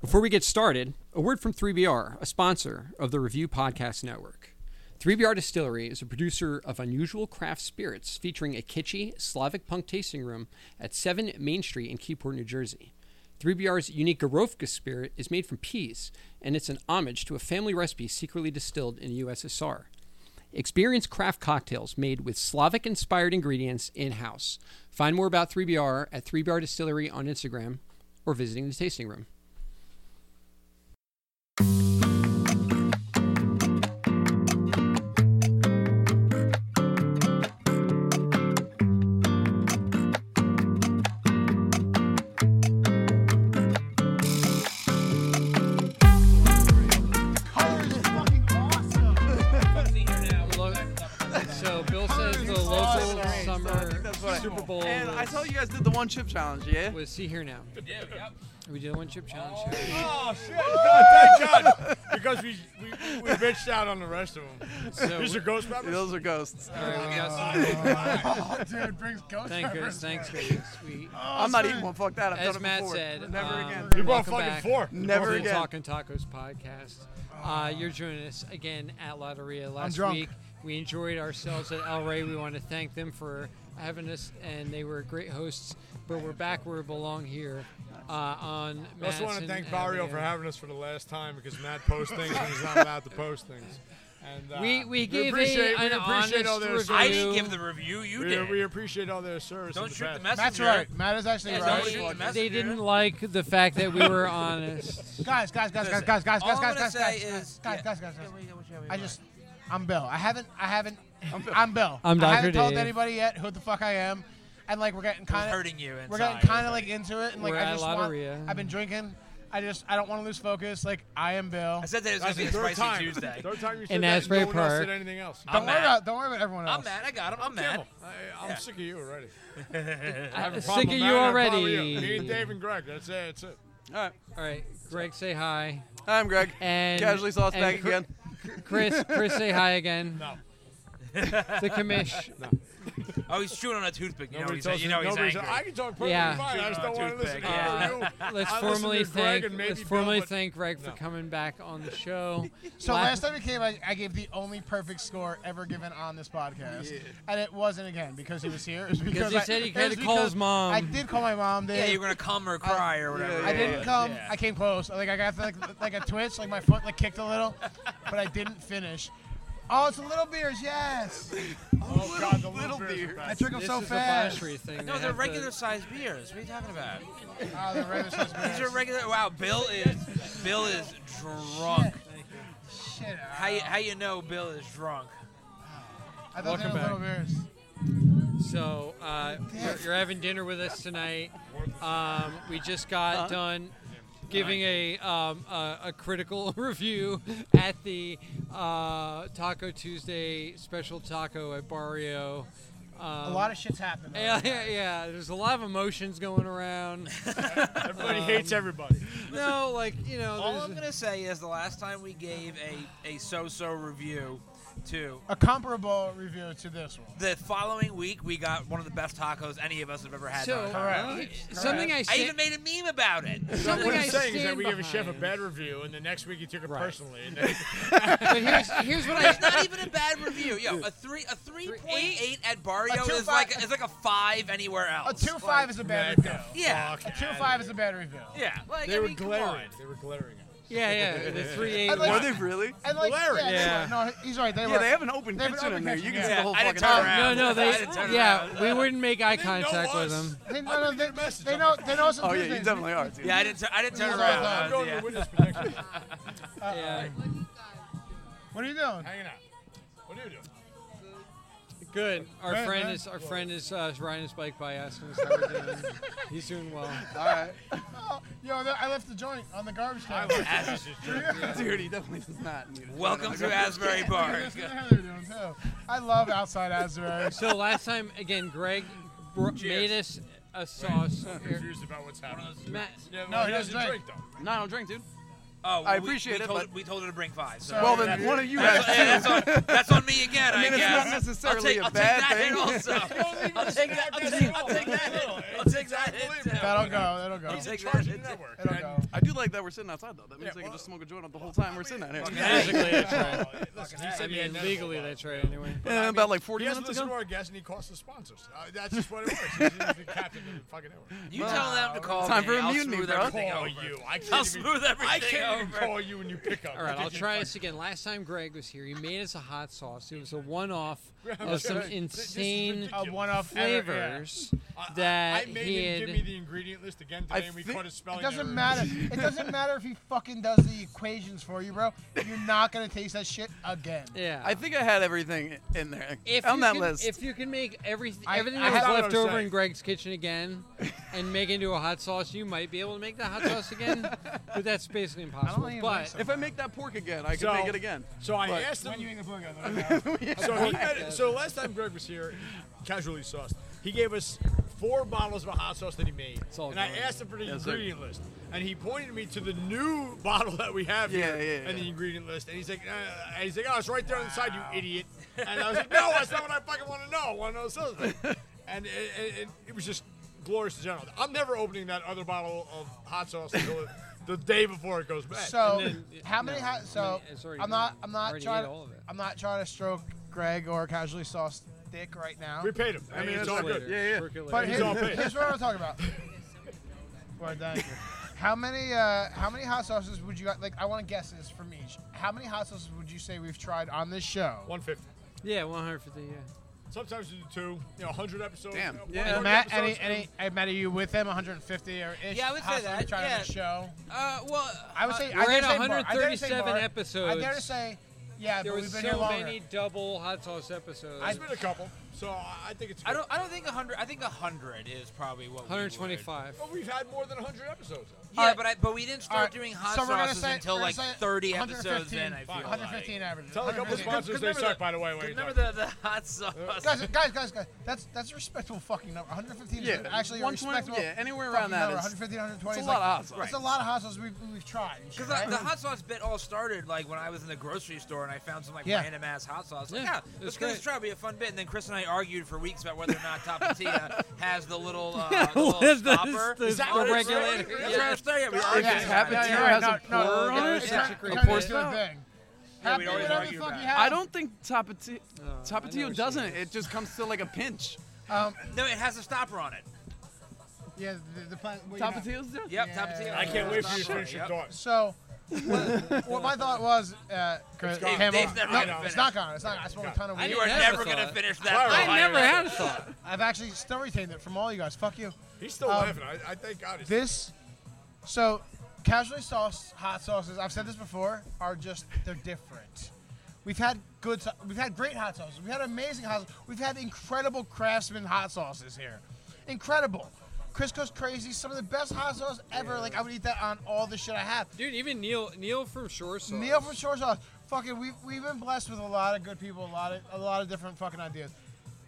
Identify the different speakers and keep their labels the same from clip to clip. Speaker 1: Before we get started, a word from 3BR, a sponsor of the Review Podcast Network. 3BR Distillery is a producer of unusual craft spirits featuring a kitschy Slavic punk tasting room at 7 Main Street in Keyport, New Jersey. 3BR's unique Gorovka spirit is made from peas, and it's an homage to a family recipe secretly distilled in the USSR. Experience craft cocktails made with Slavic inspired ingredients in house. Find more about 3BR at 3BR Distillery on Instagram or visiting the tasting room. So Bill says the local summer Super Bowl
Speaker 2: And I saw you guys did the one chip challenge, yeah?
Speaker 1: was see here now. We did a one chip challenge. here.
Speaker 3: Oh shit! God, thank God, because we we, we bitched out on the rest of them.
Speaker 1: So
Speaker 3: These are ghost peppers.
Speaker 2: Those are ghosts.
Speaker 1: all right, we got some-
Speaker 4: Dude brings ghost
Speaker 1: thank goodness, thanks goodness. We,
Speaker 2: I'm not eating one. Fuck that. I've
Speaker 1: as
Speaker 2: done it
Speaker 1: Matt
Speaker 2: before.
Speaker 1: said,
Speaker 2: Never
Speaker 1: um,
Speaker 2: again.
Speaker 3: You brought
Speaker 1: welcome
Speaker 3: fucking
Speaker 1: back.
Speaker 3: four.
Speaker 2: Never
Speaker 1: Welcome to Talking
Speaker 2: again.
Speaker 1: Tacos podcast. Uh, you're joining us again at Lotteria last
Speaker 4: drunk.
Speaker 1: week. We enjoyed ourselves at El Rey. We want to thank them for having us, and they were great hosts. But we're back where we belong here uh, on.
Speaker 3: I also want to
Speaker 1: Madison
Speaker 3: thank Barrio for
Speaker 1: Avenue.
Speaker 3: having us for the last time because Matt posts things when he's not allowed to post things. And uh,
Speaker 1: We- we gave a-
Speaker 3: appreciate,
Speaker 1: an
Speaker 3: we appreciate all
Speaker 1: honest
Speaker 3: their
Speaker 1: review.
Speaker 3: service.
Speaker 5: I didn't give the review. You
Speaker 3: we, uh,
Speaker 5: did.
Speaker 3: we appreciate all their service. in
Speaker 5: Don't shoot the
Speaker 3: past.
Speaker 5: messenger.
Speaker 4: Matt's right. Matt is actually
Speaker 5: Yeah,
Speaker 4: right.
Speaker 5: don't shoot the messenger.
Speaker 1: They didn't like the fact that we were honest.
Speaker 4: Guys, guys, guys, guys,
Speaker 5: Listen,
Speaker 4: guys, guys,
Speaker 5: all
Speaker 4: guys,
Speaker 5: I'm
Speaker 4: guys,
Speaker 5: gonna
Speaker 4: guys,
Speaker 5: say
Speaker 4: guys,
Speaker 5: is-
Speaker 4: guys,
Speaker 5: yeah.
Speaker 4: guys, guys, guys. I just, I'm Bill. I haven't, I haven't, I'm Bill.
Speaker 1: I'm
Speaker 4: I
Speaker 1: Dr.
Speaker 4: haven't told
Speaker 1: Dave.
Speaker 4: anybody yet who the fuck I am, and like we're getting kind of
Speaker 5: hurting you
Speaker 4: We're
Speaker 5: inside.
Speaker 4: getting kind of like into it, and like
Speaker 1: We're
Speaker 4: I
Speaker 1: at
Speaker 4: just
Speaker 1: Lotteria.
Speaker 4: want. I've been drinking. I just, I don't want to lose focus. Like I am Bill.
Speaker 5: I said that it was going
Speaker 3: That's
Speaker 5: to be
Speaker 3: the
Speaker 5: a
Speaker 3: third
Speaker 5: spicy
Speaker 3: time.
Speaker 5: Tuesday.
Speaker 3: Third time you said
Speaker 1: In
Speaker 3: that.
Speaker 1: Asbury
Speaker 3: no one else
Speaker 1: Park.
Speaker 3: said anything else.
Speaker 4: Don't
Speaker 5: I'm
Speaker 4: worry
Speaker 5: mad.
Speaker 4: about, don't worry about everyone else.
Speaker 5: I'm mad. I got him. I'm mad.
Speaker 3: I, I'm sick of you already.
Speaker 1: I'm
Speaker 3: Problem
Speaker 1: sick of
Speaker 3: with
Speaker 1: you
Speaker 3: Matt, I'm probably you. Me and
Speaker 1: already.
Speaker 3: Dave and Greg. That's it. That's it.
Speaker 2: All right.
Speaker 1: All right, Greg, say hi.
Speaker 2: Hi, I'm Greg.
Speaker 1: And
Speaker 2: Casually sauce
Speaker 1: and
Speaker 2: back
Speaker 1: Cr-
Speaker 2: again.
Speaker 1: Chris, Chris, say hi again.
Speaker 3: No.
Speaker 1: The commish.
Speaker 5: Oh, he's chewing on a toothpick. You know
Speaker 3: Nobody
Speaker 5: he's,
Speaker 3: tells
Speaker 5: you know he's
Speaker 3: nobody
Speaker 5: angry.
Speaker 3: I can talk perfectly
Speaker 1: Yeah.
Speaker 3: fine. I just don't want to listen to
Speaker 5: Toothpick, yeah.
Speaker 3: you.
Speaker 1: Let's
Speaker 3: I listened
Speaker 1: formally
Speaker 3: to Greg
Speaker 1: thank
Speaker 3: and maybe
Speaker 1: let's
Speaker 3: Bill,
Speaker 1: formally
Speaker 3: but
Speaker 1: thank Greg for
Speaker 3: no.
Speaker 1: coming back on the show.
Speaker 4: So
Speaker 1: La-
Speaker 4: last time he came, I, I gave the only perfect score ever given on this podcast, and it wasn't again because he was here. It was because
Speaker 1: he
Speaker 4: I-
Speaker 1: said he
Speaker 4: it
Speaker 1: had
Speaker 4: was
Speaker 1: to call his
Speaker 4: because
Speaker 1: mom.
Speaker 4: I did call my mom. Dave.
Speaker 5: yeah, you were going to come or cry or whatever.
Speaker 2: yeah,
Speaker 4: I
Speaker 5: it
Speaker 4: didn't
Speaker 5: was.
Speaker 4: come.
Speaker 5: Yeah.
Speaker 4: I came close. Like I got like like a twitch. Like my foot like kicked a little, but I didn't finish. Oh, it's a little beers. Yes,
Speaker 3: Oh, God, the little
Speaker 2: little
Speaker 3: beers are
Speaker 2: beer.
Speaker 3: bad.
Speaker 4: I drink them
Speaker 1: This
Speaker 4: so
Speaker 1: is a
Speaker 4: fast.
Speaker 1: binary thing.
Speaker 5: No,
Speaker 1: They
Speaker 5: they're
Speaker 1: have to-
Speaker 5: regular sized beers. What are you talking about?
Speaker 4: Oh, the regular size beers.
Speaker 5: These are regular. Wow, Bill is Bill is drunk.
Speaker 4: Shit. uh,
Speaker 5: How you, how you know Bill is drunk?
Speaker 4: I thought they
Speaker 1: Welcome
Speaker 4: were
Speaker 1: back.
Speaker 4: little beers.
Speaker 1: So uh, you're, you're having dinner with us tonight. Um, we just got done giving a, um, a a critical review at the uh, Taco Tuesday special taco at Barrio. Um,
Speaker 4: A lot of shit's happened.
Speaker 1: yeah, yeah, yeah. There's a lot of emotions going around.
Speaker 3: Everybody hates everybody.
Speaker 1: no, like you know,
Speaker 5: All
Speaker 1: there's-
Speaker 5: I'm gonna say is the last time we gave a a so so review to
Speaker 4: A comparable review to this one.
Speaker 5: the following week, we got one of the best tacos any of us have ever had.
Speaker 1: so
Speaker 5: on a taco.
Speaker 4: Correct.
Speaker 1: uh,
Speaker 4: Correct.
Speaker 1: something I
Speaker 5: I
Speaker 1: said.
Speaker 5: even made a meme about it.
Speaker 1: something
Speaker 3: What
Speaker 1: I
Speaker 3: I'm saying is that
Speaker 1: stand
Speaker 3: we gave a chef a
Speaker 1: behind.
Speaker 3: bad review, and the next week he took it
Speaker 1: Right.
Speaker 3: personally. And then,
Speaker 1: But here's here's what I
Speaker 5: It's not even a bad review. Yo, a three a three point eight at Barrio
Speaker 4: A two
Speaker 5: is
Speaker 4: fi-
Speaker 5: like is like a five anywhere
Speaker 4: A
Speaker 5: else.
Speaker 4: two five is a
Speaker 3: Matt,
Speaker 4: bad review.
Speaker 3: the
Speaker 5: Yeah.
Speaker 3: fuck
Speaker 4: A two
Speaker 3: outta here.
Speaker 4: five is a bad review.
Speaker 5: Yeah, like
Speaker 3: They
Speaker 5: I
Speaker 3: were
Speaker 5: mean, come
Speaker 3: glaring.
Speaker 5: on.
Speaker 3: They were glaring. at us.
Speaker 1: yeah yeah the three eight
Speaker 4: I'd like-
Speaker 2: Were
Speaker 1: one.
Speaker 2: they really?
Speaker 4: And like,
Speaker 3: Hilarious.
Speaker 1: Yeah.
Speaker 4: yeah, no, no, he's right. They
Speaker 2: Yeah,
Speaker 4: were.
Speaker 2: they have an open
Speaker 4: They have an
Speaker 2: kitchen in
Speaker 4: open
Speaker 2: there.
Speaker 4: kitchen,
Speaker 2: You can
Speaker 4: yeah.
Speaker 2: see the whole
Speaker 5: I
Speaker 2: fucking
Speaker 5: didn't turn
Speaker 2: time.
Speaker 1: No,
Speaker 5: around.
Speaker 1: no,
Speaker 5: I
Speaker 1: they.
Speaker 5: didn't turn
Speaker 1: Yeah,
Speaker 5: around.
Speaker 1: we wouldn't make eye
Speaker 3: They know
Speaker 1: contact with
Speaker 3: us.
Speaker 1: them.
Speaker 4: They, no, no, they,
Speaker 3: your message
Speaker 4: they
Speaker 3: on
Speaker 4: know.
Speaker 3: my
Speaker 4: They know. us on
Speaker 2: Oh yeah,
Speaker 4: Tuesdays.
Speaker 2: you definitely are. Dude.
Speaker 5: Yeah, I didn't. Tur- I didn't turn
Speaker 4: Those
Speaker 5: around.
Speaker 4: are
Speaker 5: I
Speaker 3: I'm
Speaker 5: was-
Speaker 3: going
Speaker 5: yeah.
Speaker 3: to witness protection.
Speaker 1: Yeah.
Speaker 4: What are you doing?
Speaker 3: Hanging out. What do you do?
Speaker 1: Good. Our
Speaker 4: Hey,
Speaker 1: friend
Speaker 4: man.
Speaker 1: is our friend is uh, riding his bike by us. And he's, how we're doing. he's doing well.
Speaker 2: All right,
Speaker 4: Oh, yo, I left the joint on the garbage
Speaker 3: I
Speaker 4: can.
Speaker 3: like this. It's just-
Speaker 2: dude, he definitely does not. need a-
Speaker 5: Welcome to Asbury Bar.
Speaker 4: That's what they're doing, too. I love outside Asbury.
Speaker 1: So last time again, Greg br-
Speaker 5: Cheers.
Speaker 1: made us a sauce.
Speaker 3: I'm confused about what's happening.
Speaker 1: Matt,
Speaker 3: Yeah, well,
Speaker 4: No,
Speaker 3: he
Speaker 4: he
Speaker 3: doesn't
Speaker 4: doesn't
Speaker 3: drink, though.
Speaker 2: No, I don't drink, dude.
Speaker 5: Oh, well,
Speaker 2: I
Speaker 5: we-
Speaker 2: appreciate
Speaker 5: we
Speaker 2: it,
Speaker 5: Told,
Speaker 2: but-
Speaker 5: we told her to bring five. So
Speaker 2: Well, then
Speaker 5: that's-
Speaker 2: one of you
Speaker 5: that's,
Speaker 2: has
Speaker 5: that's, on, that's on me again. I,
Speaker 2: mean, it's
Speaker 5: guess.
Speaker 2: not
Speaker 5: I'll
Speaker 2: necessarily
Speaker 5: take-
Speaker 2: a
Speaker 5: I'll take
Speaker 2: bad
Speaker 5: that hit
Speaker 2: thing.
Speaker 5: also. I'll take that. I'll take, I'll take that. hit. I'll take that. hit, too.
Speaker 4: That'll go. That'll go.
Speaker 5: I'll take that
Speaker 3: Charge the
Speaker 5: hit, too.
Speaker 3: network.
Speaker 4: It'll
Speaker 3: And-
Speaker 4: go.
Speaker 2: I do like that we're sitting outside though. That means
Speaker 3: Yeah,
Speaker 2: I can
Speaker 3: well-
Speaker 2: just smoke a joint up the whole time we're sitting out here.
Speaker 5: fucking-
Speaker 3: Basically, that's right. Listen, he
Speaker 1: I
Speaker 3: sent me a
Speaker 1: mean,
Speaker 3: net
Speaker 1: legally,
Speaker 3: full
Speaker 1: that's right. Anyway,
Speaker 2: Yeah, about like
Speaker 3: He
Speaker 2: 40
Speaker 3: doesn't
Speaker 2: minutes
Speaker 3: listen to
Speaker 2: ago.
Speaker 3: our guests and he costs the sponsors. Uh, that's just what it works. He's the captain of the fucking network.
Speaker 5: You tell them to call
Speaker 2: Time
Speaker 5: me.
Speaker 2: for a
Speaker 5: I'll
Speaker 2: mutiny,
Speaker 5: smooth
Speaker 2: bro.
Speaker 5: everything
Speaker 3: Call
Speaker 5: over.
Speaker 3: you. I can't
Speaker 5: I'll
Speaker 3: even,
Speaker 5: smooth
Speaker 3: I
Speaker 5: everything
Speaker 3: can't even
Speaker 5: over.
Speaker 3: call you when you pick up.
Speaker 1: all right.
Speaker 3: Look
Speaker 1: I'll
Speaker 3: at you
Speaker 1: try
Speaker 3: fucking-
Speaker 1: this again. Last time Greg was here, he made us a hot sauce. It was a one-off
Speaker 3: I'm
Speaker 1: of some
Speaker 3: trying. Th- this is
Speaker 1: insane
Speaker 3: ridiculous.
Speaker 4: A one-off flavor.
Speaker 1: flavors
Speaker 3: I- I-
Speaker 1: that
Speaker 3: I made
Speaker 1: he
Speaker 3: him
Speaker 1: had.
Speaker 3: give me the ingredient list again
Speaker 2: I
Speaker 3: today, and we
Speaker 2: think-
Speaker 3: caught his spelling
Speaker 4: It doesn't
Speaker 3: errors.
Speaker 4: matter. It doesn't matter if he fucking does the equations for you, bro. You're not gonna taste that shit again.
Speaker 1: yeah.
Speaker 2: I think I had everything in there
Speaker 1: if
Speaker 2: on
Speaker 1: you
Speaker 2: that
Speaker 1: can,
Speaker 2: list.
Speaker 1: If you can make everything
Speaker 4: I-
Speaker 1: everything
Speaker 4: I
Speaker 1: that's
Speaker 4: have-
Speaker 1: left
Speaker 3: That's what I'm
Speaker 1: over in
Speaker 3: saying.
Speaker 1: Greg's kitchen again, and make into a hot sauce, you might be able to make that hot sauce again. but that's basically impossible.
Speaker 4: even
Speaker 1: But
Speaker 4: think so.
Speaker 2: If I make that pork again, I can
Speaker 3: So-
Speaker 2: make it again.
Speaker 3: So I
Speaker 2: But-
Speaker 3: asked him.
Speaker 4: a booger?
Speaker 3: So, he had, so last time Greg was here, casually sauced, he gave us four bottles of a hot sauce that he made.
Speaker 1: all
Speaker 3: and I
Speaker 1: gone.
Speaker 3: asked him for the
Speaker 2: Yes, sir.
Speaker 3: ingredient list. And he pointed me to the new bottle that we have
Speaker 2: Yeah,
Speaker 3: here
Speaker 2: yeah,
Speaker 3: and
Speaker 2: yeah.
Speaker 3: the ingredient list. And he's like, uh, and he's like, oh, it's right there on the side, you idiot. And I was like, no, that's not what I fucking want to know. I want to know something. And, and, and it was just glorious to general. I'm never opening that other bottle of hot sauce until the day before it goes bad.
Speaker 4: So
Speaker 1: And then-
Speaker 4: how many?
Speaker 1: no,
Speaker 4: ha- so
Speaker 1: I mean, it's already
Speaker 4: I'm not.
Speaker 1: done.
Speaker 4: I'm
Speaker 1: I
Speaker 4: not
Speaker 1: already
Speaker 4: trying.
Speaker 1: ate all of it.
Speaker 4: I'm not trying to stroke Greg or casually sauce dick right now.
Speaker 3: we paid him. I mean, it's all
Speaker 2: that's
Speaker 3: good.
Speaker 2: later. Yeah, yeah.
Speaker 4: But
Speaker 3: He's
Speaker 4: here-
Speaker 3: all paid.
Speaker 4: here's what I'm talking about. We're done. How many? Uh, how many hot sauces would you like? I want to guess this from each. How many hot sauces would you say we've tried on this show?
Speaker 3: 150.
Speaker 1: yeah, 150. Yeah.
Speaker 3: Sometimes you do two, you know, 100 episodes.
Speaker 2: Damn.
Speaker 3: you know,
Speaker 2: Yeah.
Speaker 4: And
Speaker 3: 100
Speaker 4: Matt, any,
Speaker 3: episodes.
Speaker 4: any, I met you with him 150 or ish.
Speaker 5: Yeah, I would say
Speaker 4: houses
Speaker 5: that,
Speaker 4: we tried on this
Speaker 5: yeah.
Speaker 4: show.
Speaker 5: Uh, well,
Speaker 4: I would say
Speaker 1: we're
Speaker 4: I dare
Speaker 1: at
Speaker 4: say more. I dare to say
Speaker 1: 137
Speaker 4: more. I
Speaker 1: episodes.
Speaker 4: dare to say, yeah,
Speaker 1: There
Speaker 4: but
Speaker 1: was
Speaker 4: we've been here
Speaker 1: so
Speaker 4: longer.
Speaker 1: many double hot sauce episodes.
Speaker 3: There's been a couple, so I I think it's.
Speaker 5: I
Speaker 3: good.
Speaker 5: don't. I don't think hundred. I think hundred is probably what. we would.
Speaker 1: 125.
Speaker 3: But we've had more than 100 episodes. of it.
Speaker 5: Yeah,
Speaker 4: Alright.
Speaker 5: but I, but we didn't start
Speaker 4: Alright,
Speaker 5: doing hot
Speaker 4: so we're gonna
Speaker 5: sauces
Speaker 4: say-
Speaker 5: until
Speaker 4: we're
Speaker 5: like
Speaker 4: gonna say
Speaker 5: 30 episodes in.
Speaker 4: 115,
Speaker 5: I feel like.
Speaker 4: 115 average.
Speaker 3: Tell a couple
Speaker 4: 115.
Speaker 3: sponsors they
Speaker 5: remember
Speaker 3: suck,
Speaker 5: the-
Speaker 3: by the way. when you're
Speaker 5: Remember
Speaker 3: done.
Speaker 5: the, the hot sauce?
Speaker 4: Guys, guys, guys, guys. That's that's a respectable fucking number. 115
Speaker 2: Yeah,
Speaker 4: is actually a
Speaker 2: 120
Speaker 4: respectable.
Speaker 2: yeah, anywhere
Speaker 4: fucking
Speaker 2: around that
Speaker 4: number.
Speaker 2: is-
Speaker 4: 115, 120.
Speaker 2: it's a lot
Speaker 4: is
Speaker 2: of
Speaker 4: like-
Speaker 2: hot sauce.
Speaker 4: It's a lot of hot sauce we've we've tried. and shit,
Speaker 5: Because
Speaker 4: right?
Speaker 5: the hot sauce bit all started like when I was in the grocery store and I found some like
Speaker 4: Yeah.
Speaker 5: random ass hot sauce. Like,
Speaker 1: Yeah,
Speaker 5: yeah,
Speaker 1: it's
Speaker 5: let's give
Speaker 1: great.
Speaker 5: this a try. It'll be a fun bit. And then Chris and I argued for weeks about whether or not Tapatia has the little, uh, the
Speaker 1: What
Speaker 5: little
Speaker 1: is this?
Speaker 5: stopper.
Speaker 1: This-
Speaker 5: that
Speaker 1: the
Speaker 5: what it's-
Speaker 1: regulator?
Speaker 5: That's what I was saying. We argued
Speaker 2: just
Speaker 5: about it.
Speaker 2: happened
Speaker 4: yeah,
Speaker 2: to
Speaker 4: yeah,
Speaker 2: has
Speaker 4: no,
Speaker 2: a
Speaker 4: no,
Speaker 2: pour
Speaker 4: no,
Speaker 2: on
Speaker 4: no,
Speaker 2: it?
Speaker 4: it's
Speaker 1: Such a
Speaker 4: not-
Speaker 1: great
Speaker 4: it turned
Speaker 1: bit.
Speaker 4: into a thing.
Speaker 5: Yeah,
Speaker 4: Have
Speaker 5: we'd
Speaker 4: it,
Speaker 5: always
Speaker 4: whatever the
Speaker 5: argue
Speaker 4: fuck
Speaker 5: about
Speaker 4: you
Speaker 5: it.
Speaker 4: have.
Speaker 2: I don't think tapatio,
Speaker 1: Oh, I know
Speaker 2: tapatio
Speaker 1: what
Speaker 2: doesn't.
Speaker 1: she
Speaker 2: It just comes to like a pinch.
Speaker 4: Um,
Speaker 5: No, it has a stopper on it.
Speaker 4: yeah, the, the plan. well, you know.
Speaker 2: Tapatios do.
Speaker 5: Yep,
Speaker 4: Yeah.
Speaker 5: Tapatio.
Speaker 3: I can't wait for you to
Speaker 5: Stopper,
Speaker 3: finish your
Speaker 5: yep.
Speaker 3: thoughts.
Speaker 4: So, what, what my thought was, uh, Chris,
Speaker 3: gone.
Speaker 4: Cam,
Speaker 5: Dave's
Speaker 4: on.
Speaker 5: never
Speaker 4: No,
Speaker 5: gonna
Speaker 4: it's
Speaker 5: finish.
Speaker 4: not gone. It's not. I smoked a ton of
Speaker 1: I
Speaker 4: weed.
Speaker 5: You are
Speaker 1: never
Speaker 5: never
Speaker 1: thought
Speaker 5: going
Speaker 1: it.
Speaker 5: to finish
Speaker 3: I
Speaker 5: that.
Speaker 1: I
Speaker 5: thought.
Speaker 1: never had a thought.
Speaker 4: I've actually still retained it from all you guys. Fuck you.
Speaker 3: He's still
Speaker 4: Um,
Speaker 3: laughing. I, I thank God. He's
Speaker 4: This, so, casually sauce hot sauces. I've said this before. Are just they're different. We've had good. sau- We've had great hot sauces. We've had amazing hot. sauces. We've had incredible craftsman hot sauces here. Incredible. Crisco's crazy. Some of the best hot sauce ever. Like I would eat that on all the shit I have.
Speaker 1: Dude, even Neil Neil from Shore Sauce.
Speaker 4: Neil from Shore Sauce. Fucking, we've, we've been blessed with a lot of good people, a lot of a lot of different fucking ideas.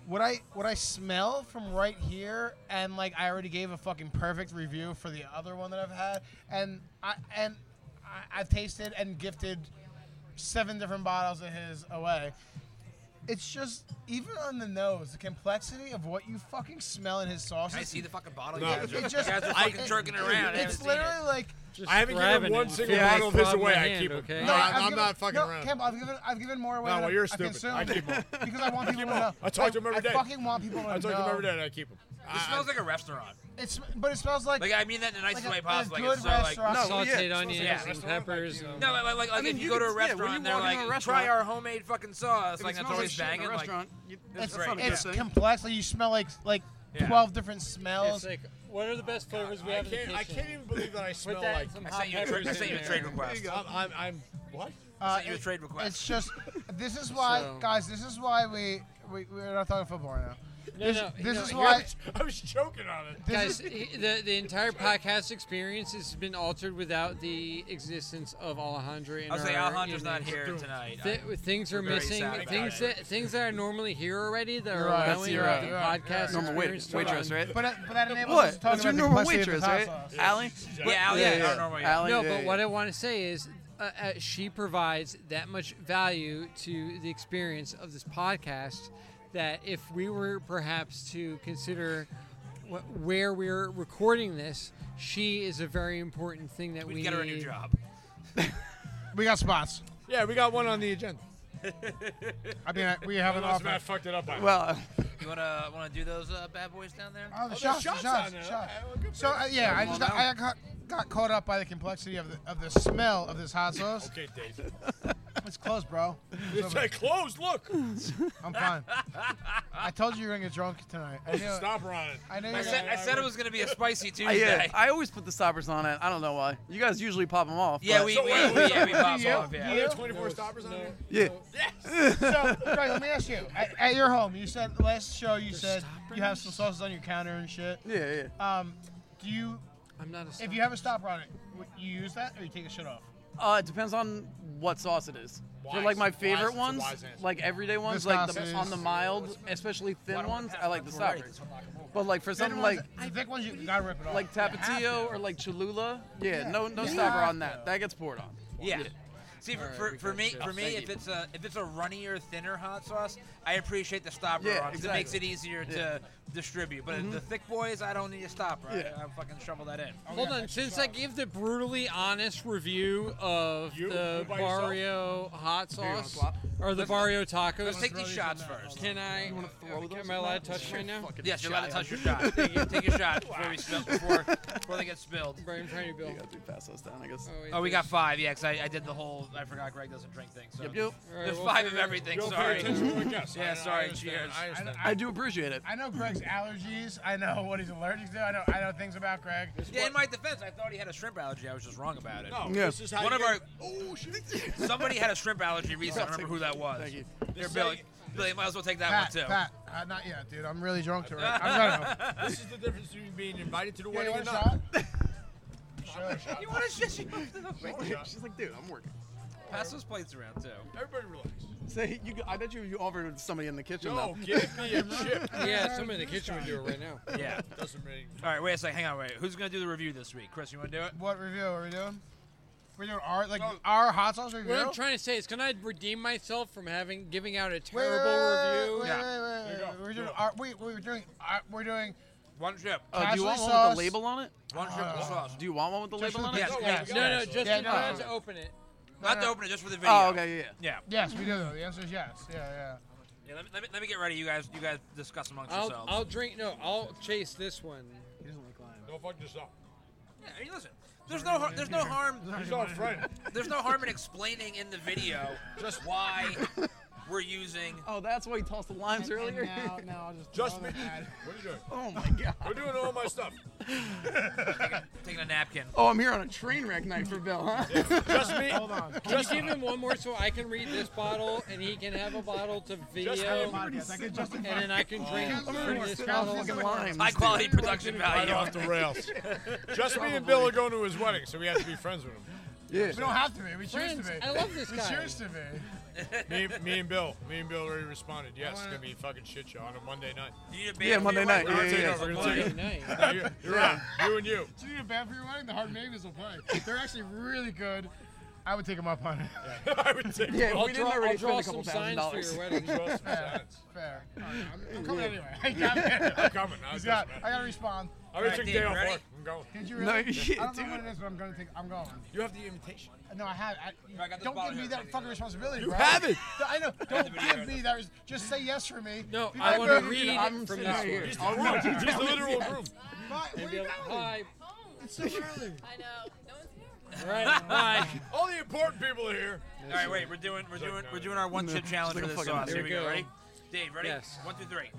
Speaker 4: What I what I smell from right here, and like I already gave a fucking perfect review for the other one that I've had, and I and I, I've tasted and gifted seven different bottles of his away. It's just even on the nose, the complexity of what you fucking smell in his sauce.
Speaker 5: Can I see the fucking bottle?
Speaker 3: No.
Speaker 5: You guys
Speaker 4: It
Speaker 5: are- you
Speaker 4: just-
Speaker 5: guys are fucking jerking around. I haven't
Speaker 4: It's
Speaker 5: seen
Speaker 4: literally
Speaker 5: it.
Speaker 4: like
Speaker 1: Just
Speaker 3: I haven't given
Speaker 1: grabbing
Speaker 3: one
Speaker 1: it.
Speaker 3: single
Speaker 1: Yeah, I
Speaker 3: bottle of his
Speaker 1: throbbed my
Speaker 3: away. I
Speaker 1: hand,
Speaker 3: keep 'em.
Speaker 1: okay?
Speaker 3: No, I-
Speaker 4: I've
Speaker 3: I'm
Speaker 4: given-
Speaker 3: not fucking
Speaker 4: no,
Speaker 3: around.
Speaker 4: Kemp, I've given I've given more away.
Speaker 3: No,
Speaker 4: than
Speaker 3: well, you're
Speaker 4: I've
Speaker 3: stupid.
Speaker 4: consumed.
Speaker 3: I keep 'em.
Speaker 4: because I want people to
Speaker 3: I
Speaker 4: know.
Speaker 3: talk to 'em every
Speaker 4: I
Speaker 3: day.
Speaker 4: fucking want people to
Speaker 3: I
Speaker 4: know.
Speaker 3: told you every day, and I keep him.
Speaker 5: It smells like a restaurant.
Speaker 4: It's but it smells like,
Speaker 5: Like I mean that in the nicest
Speaker 4: Like a-
Speaker 5: way
Speaker 4: a
Speaker 5: possible. Like
Speaker 4: good
Speaker 5: it's so like
Speaker 4: restaurant.
Speaker 2: No, yeah,
Speaker 1: Sauteed
Speaker 2: it smells
Speaker 1: onions
Speaker 5: like a
Speaker 1: and
Speaker 3: restaurant, like,
Speaker 1: peppers.
Speaker 3: you know.
Speaker 1: and-
Speaker 5: No, like, like, like
Speaker 2: mean,
Speaker 5: if you,
Speaker 2: you
Speaker 5: go to a
Speaker 2: could- yeah, when
Speaker 5: restaurant,
Speaker 2: you
Speaker 5: they're
Speaker 2: walk into a
Speaker 5: like,
Speaker 2: restaurant-
Speaker 5: try our homemade fucking sauce.
Speaker 2: If
Speaker 5: Like
Speaker 2: it
Speaker 5: that's
Speaker 2: smells like
Speaker 5: always
Speaker 2: shit in a
Speaker 5: banging. Like,
Speaker 2: restaurant, you-
Speaker 4: it's,
Speaker 2: that's not a good
Speaker 4: it's
Speaker 2: thing.
Speaker 4: complex. Like you smell like like
Speaker 5: Yeah.
Speaker 4: twelve different smells.
Speaker 1: It's like, what are the best flavors we
Speaker 3: I
Speaker 1: have in the kitchen?
Speaker 3: can't, I can't even believe that I smell
Speaker 1: that
Speaker 3: like.
Speaker 1: in some
Speaker 5: I
Speaker 1: hot
Speaker 5: sent you a trade. I
Speaker 1: peppers
Speaker 5: sent you
Speaker 1: in
Speaker 5: a
Speaker 1: there.
Speaker 5: trade request.
Speaker 3: I'm, I'm, I'm. What?
Speaker 4: Uh,
Speaker 5: sent you a
Speaker 4: it-
Speaker 5: trade request.
Speaker 4: It's just this is why,
Speaker 2: So-
Speaker 4: guys. This is why we, we we're not talking football right now.
Speaker 1: No, no,
Speaker 4: this
Speaker 1: no,
Speaker 4: is
Speaker 1: here-
Speaker 4: why-
Speaker 3: I was joking on it.
Speaker 1: guys, he- the the entire podcast experience has been altered without the existence of Alejandra. and
Speaker 5: I'll say
Speaker 1: her
Speaker 5: Alejandra's not
Speaker 1: evening.
Speaker 5: here tonight.
Speaker 1: Th- things are
Speaker 5: We're very
Speaker 1: missing.
Speaker 5: sad about
Speaker 1: Things
Speaker 5: it.
Speaker 1: that things that I normally hear already that are
Speaker 4: You're right,
Speaker 1: allowing
Speaker 2: you're
Speaker 1: the
Speaker 2: right,
Speaker 1: podcast
Speaker 4: you're right, you're right.
Speaker 2: Normal wait-
Speaker 1: experience to
Speaker 2: waitress,
Speaker 1: run.
Speaker 2: right?
Speaker 4: But I- but that enables us to
Speaker 2: What?
Speaker 4: talk
Speaker 2: That's your
Speaker 4: about the
Speaker 2: normal
Speaker 4: complexity of the
Speaker 2: waitress, eh?
Speaker 4: hot
Speaker 2: right?
Speaker 4: sauce.
Speaker 2: Allie?
Speaker 5: Yeah, Allie,
Speaker 2: yeah,
Speaker 5: yeah,
Speaker 2: yeah.
Speaker 5: our normal waitress.
Speaker 2: Allie,
Speaker 1: No,
Speaker 2: Oh, yeah,
Speaker 1: but
Speaker 2: yeah.
Speaker 1: what I want to say is, uh, uh, she provides that much value to the experience of this podcast that if we were perhaps to consider wh- where we're recording this, she is a very important thing that
Speaker 5: We'd
Speaker 1: we
Speaker 5: get her a
Speaker 1: need.
Speaker 5: new job.
Speaker 4: We got spots.
Speaker 3: Yeah, we got one on the agenda.
Speaker 4: I mean, I- we have an
Speaker 3: Unless
Speaker 4: offer.
Speaker 3: Matt fucked it up. By
Speaker 2: Well,
Speaker 5: You wanna wanna do those uh, bad boys down there?
Speaker 4: Oh, the
Speaker 3: there's
Speaker 4: shots, the
Speaker 3: shots
Speaker 4: shots,
Speaker 3: on
Speaker 4: the
Speaker 3: it.
Speaker 4: shots.
Speaker 3: Okay, well, good
Speaker 4: So
Speaker 3: for
Speaker 4: uh, yeah, I
Speaker 5: Come
Speaker 4: just got,
Speaker 5: on
Speaker 4: I got, got caught up by the complexity of the of the smell of this hot sauce.
Speaker 3: okay, Dave.
Speaker 4: It's closed, bro. It's
Speaker 3: It's
Speaker 4: over.
Speaker 3: like closed. Look,
Speaker 4: I'm fine. I told you you were gonna get drunk tonight. I knew it.
Speaker 3: stopper on it.
Speaker 4: I knew
Speaker 5: I
Speaker 4: you.
Speaker 5: said, I said it was gonna be a spicy
Speaker 2: I, yeah,
Speaker 5: Tuesday.
Speaker 2: I always put the stoppers on it. I don't know why. You guys usually pop them off.
Speaker 5: Yeah,
Speaker 2: but-
Speaker 5: we,
Speaker 3: So
Speaker 5: we,
Speaker 3: wait.
Speaker 5: we- yeah, we pop
Speaker 4: Yeah,
Speaker 5: off. Yeah.
Speaker 4: yeah.
Speaker 3: There's 24 stoppers on there.
Speaker 2: Yeah.
Speaker 4: So, Greg, let me ask you. At, at your home, you said last show you said you have some sauces on your counter and shit.
Speaker 2: Yeah, yeah.
Speaker 4: Um, do you,
Speaker 1: I'm not a.
Speaker 4: if you have a stopper on it, w- you use that or you take the shit off?
Speaker 2: Uh, it depends on what sauce it is. For like my
Speaker 3: Wise. Wise.
Speaker 2: favorite
Speaker 3: It's a
Speaker 2: ones,
Speaker 3: wise answer.
Speaker 2: like everyday ones, like the,
Speaker 4: Viscosity.
Speaker 2: on the mild, especially thin ones, I like the stoppers. But like for something
Speaker 4: Thin
Speaker 2: like
Speaker 4: ones- the thick ones, you gotta rip it off.
Speaker 2: like tapatio or like cholula, yeah, no no stopper on that. That gets poured on.
Speaker 5: Yeah. See, for, for, for me, for me, if it's a if it's a runnier, thinner hot sauce, I appreciate the stopper
Speaker 2: Yeah,
Speaker 5: on 'cause it makes it
Speaker 2: exactly.
Speaker 5: easier to distribute. But the thick boys, I don't need a stopper.
Speaker 2: Yeah.
Speaker 5: I, I fucking shovel that in.
Speaker 1: Hold on, since I gave the brutally honest review of
Speaker 3: You-
Speaker 1: the
Speaker 3: you by yourself?
Speaker 1: Barrio hot
Speaker 2: wanna
Speaker 1: sauce
Speaker 2: swap?
Speaker 1: or the
Speaker 5: Let's-
Speaker 1: Barrio tacos,
Speaker 5: Let's take these shots first.
Speaker 1: can I? am I allowed to touch right now?
Speaker 5: Yes, you're allowed to touch your shot. Take your, take your shot before we spill before, before they get spilled.
Speaker 1: Brian, I'm trying to
Speaker 2: You
Speaker 1: build.
Speaker 2: gotta do pass those down, I guess.
Speaker 5: Oh, we
Speaker 1: wait,
Speaker 5: got five. Yeah, 'cause I, I did the whole. I forgot Greg doesn't drink thing. So
Speaker 2: Yep, yep.
Speaker 1: Alright,
Speaker 5: there's
Speaker 1: we'll
Speaker 5: five of
Speaker 1: figure it out.
Speaker 5: everything.
Speaker 3: You'll pay
Speaker 5: Sorry.
Speaker 3: attention to the guests.
Speaker 5: Yeah,
Speaker 3: I- I
Speaker 5: sorry,
Speaker 3: understand,
Speaker 5: cheers.
Speaker 3: I understand.
Speaker 4: I,
Speaker 2: I do appreciate it.
Speaker 4: I know Greg's allergies. I know what he's allergic to. I know I know things about Greg.
Speaker 5: Yeah, in my defense, I thought he had a shrimp allergy. I was just wrong about it.
Speaker 3: No,
Speaker 2: Yeah.
Speaker 3: this is how
Speaker 5: One
Speaker 3: you
Speaker 5: of
Speaker 3: get-
Speaker 5: our-
Speaker 3: Oh shit!
Speaker 5: Somebody had a shrimp allergy recently. I don't remember who that was.
Speaker 2: Thank you.
Speaker 5: Here, Billy. Billy, might as well take that
Speaker 4: Pat,
Speaker 5: one too.
Speaker 4: Pat, uh, not yet, dude. I'm really drunk to it. I'm gonna go.
Speaker 3: This is the difference between being invited to the
Speaker 4: Yeah, you
Speaker 3: wedding and
Speaker 4: want a
Speaker 3: not.
Speaker 4: shot?
Speaker 3: Shot.
Speaker 5: You want to shit you up to the
Speaker 2: She's like, dude, I'm working.
Speaker 5: Pass those plates around too.
Speaker 3: Everybody relax.
Speaker 2: Say, you, I bet you you offered it to somebody in the kitchen.
Speaker 3: No,
Speaker 2: though.
Speaker 3: give me a chip.
Speaker 1: Yeah, somebody in the kitchen would do it right now.
Speaker 5: Yeah.
Speaker 3: Doesn't mean.
Speaker 5: All right, wait a second. Hang on, wait. Who's gonna do the review this week? Chris, you wanna do it?
Speaker 4: What review are we doing? We're doing our like our hot sauce review.
Speaker 1: What I'm trying to say is, can I redeem myself from having giving out a
Speaker 4: Wait,
Speaker 1: terrible review?
Speaker 4: Wait, wait,
Speaker 5: Yeah.
Speaker 4: wait, wait,
Speaker 3: There you
Speaker 4: wait.
Speaker 3: go.
Speaker 4: We're doing
Speaker 3: Do it.
Speaker 4: our, wait, wait, we're doing our, we're doing
Speaker 5: One chip.
Speaker 2: Uh, do
Speaker 4: Casually
Speaker 2: you want one with
Speaker 4: sauce.
Speaker 2: the label on it?
Speaker 5: One chip of
Speaker 4: Uh,
Speaker 5: sauce.
Speaker 2: Do you want one with the
Speaker 4: Just
Speaker 2: label
Speaker 4: with
Speaker 2: on
Speaker 4: the-
Speaker 2: it?
Speaker 4: Yes,
Speaker 5: Yes, yes,
Speaker 4: yes.
Speaker 1: No, no, just
Speaker 4: Yeah,
Speaker 1: you
Speaker 4: no.
Speaker 1: have to open it.
Speaker 5: Not to open it, just for the video.
Speaker 2: Oh, okay, yeah, yeah.
Speaker 5: Yeah.
Speaker 4: yes, we do. though. The answer is yes. Yeah, yeah.
Speaker 5: Yeah, let, me, let me let me get ready. You guys, you guys discuss amongst
Speaker 1: I'll,
Speaker 5: yourselves.
Speaker 1: I'll drink. No, I'll chase this one.
Speaker 3: Don't fuck this up.
Speaker 5: yeah, I mean, listen. There's no har- there's no harm
Speaker 3: He's our friend.
Speaker 5: there's no harm in explaining in the video just why we're using.
Speaker 2: Oh, that's why you tossed the limes earlier.
Speaker 4: now I'll just
Speaker 3: Just me. What are you doing?
Speaker 2: oh my god.
Speaker 3: We're doing all my stuff.
Speaker 5: Taking a napkin.
Speaker 2: Oh, I'm here on a train wreck night for Bill, huh?
Speaker 3: Just me.
Speaker 4: Hold on.
Speaker 1: Can you give him one more so I can read this bottle and he can have a bottle to video,
Speaker 3: have
Speaker 1: and
Speaker 4: Podcast. I could just
Speaker 1: then I can drink from this bottle.
Speaker 2: Fucking limes,
Speaker 5: High
Speaker 2: dude.
Speaker 5: quality production
Speaker 3: Right
Speaker 5: value.
Speaker 3: off the rails. Just me and Bill are going to his wedding, so we have to be friends with him.
Speaker 4: We don't have to be. We choose to
Speaker 1: Friends,
Speaker 4: be.
Speaker 1: I love this
Speaker 4: we
Speaker 1: guy.
Speaker 4: choose to be.
Speaker 3: Me, me and Bill. Me and Bill already responded. Yes, it's gonna be a fucking shit show on a Monday night.
Speaker 5: You need a
Speaker 2: Yeah,
Speaker 5: band
Speaker 2: Monday
Speaker 5: for your
Speaker 2: night,
Speaker 5: wedding?
Speaker 3: We're
Speaker 2: yeah, yeah.
Speaker 3: gonna take it. We're gonna
Speaker 1: Monday
Speaker 3: take it.
Speaker 1: night.
Speaker 3: No, you're you're right. You and you.
Speaker 4: Do you need a band for your wedding? The Hard Maidens will play. They're actually really good. I would take them up on it.
Speaker 3: I would take.
Speaker 2: Yeah,
Speaker 3: it.
Speaker 1: I'll
Speaker 2: we didn't
Speaker 1: draw, I'll
Speaker 2: already
Speaker 1: draw
Speaker 2: spend a
Speaker 1: some
Speaker 2: couple
Speaker 1: signs
Speaker 2: thousand
Speaker 1: for
Speaker 2: dollars.
Speaker 1: your wedding.
Speaker 3: Draw some signs.
Speaker 4: Fair. All right, I'm, I'm coming anyway. I got it.
Speaker 3: I'm coming. I, just,
Speaker 4: He's got, I
Speaker 3: I,
Speaker 4: gotta respond.
Speaker 3: already took a day
Speaker 5: Alright,
Speaker 3: off
Speaker 5: Dave,
Speaker 3: work. I'm going.
Speaker 4: Did you really?
Speaker 2: No,
Speaker 4: I
Speaker 2: yeah,
Speaker 4: don't know
Speaker 2: dude.
Speaker 4: what it is, but I'm gonna take. I'm going.
Speaker 3: You have the invitation.
Speaker 4: No, I have. I,
Speaker 5: I got this
Speaker 4: don't
Speaker 5: bottle
Speaker 4: give me
Speaker 5: here.
Speaker 4: that fucking responsibility.
Speaker 3: You
Speaker 4: bro.
Speaker 3: have it.
Speaker 4: No, I know. Don't
Speaker 5: video.
Speaker 4: give me that. Res- just say yes for me.
Speaker 1: No,
Speaker 4: People
Speaker 1: I
Speaker 4: are
Speaker 1: want
Speaker 4: very-
Speaker 1: to read
Speaker 2: I'm
Speaker 1: from
Speaker 2: sitting
Speaker 1: this
Speaker 2: out here.
Speaker 1: one.
Speaker 3: Oh no, just the literal proof.
Speaker 4: Why- Where
Speaker 1: And
Speaker 4: are
Speaker 1: be
Speaker 4: you
Speaker 1: like,
Speaker 4: going?
Speaker 1: hi,
Speaker 4: It's so early.
Speaker 6: I know. No one's here.
Speaker 1: right, hi.
Speaker 3: All the important people are here.
Speaker 5: All right, wait. We're doing we're doing we're doing our one chip challenge
Speaker 2: like
Speaker 5: for
Speaker 2: a
Speaker 5: this
Speaker 2: fucking-
Speaker 5: sauce.
Speaker 1: There
Speaker 5: Here
Speaker 1: we
Speaker 5: we go.
Speaker 1: go.
Speaker 5: Ready? Dave, ready?
Speaker 1: Yes.
Speaker 5: One, two, three.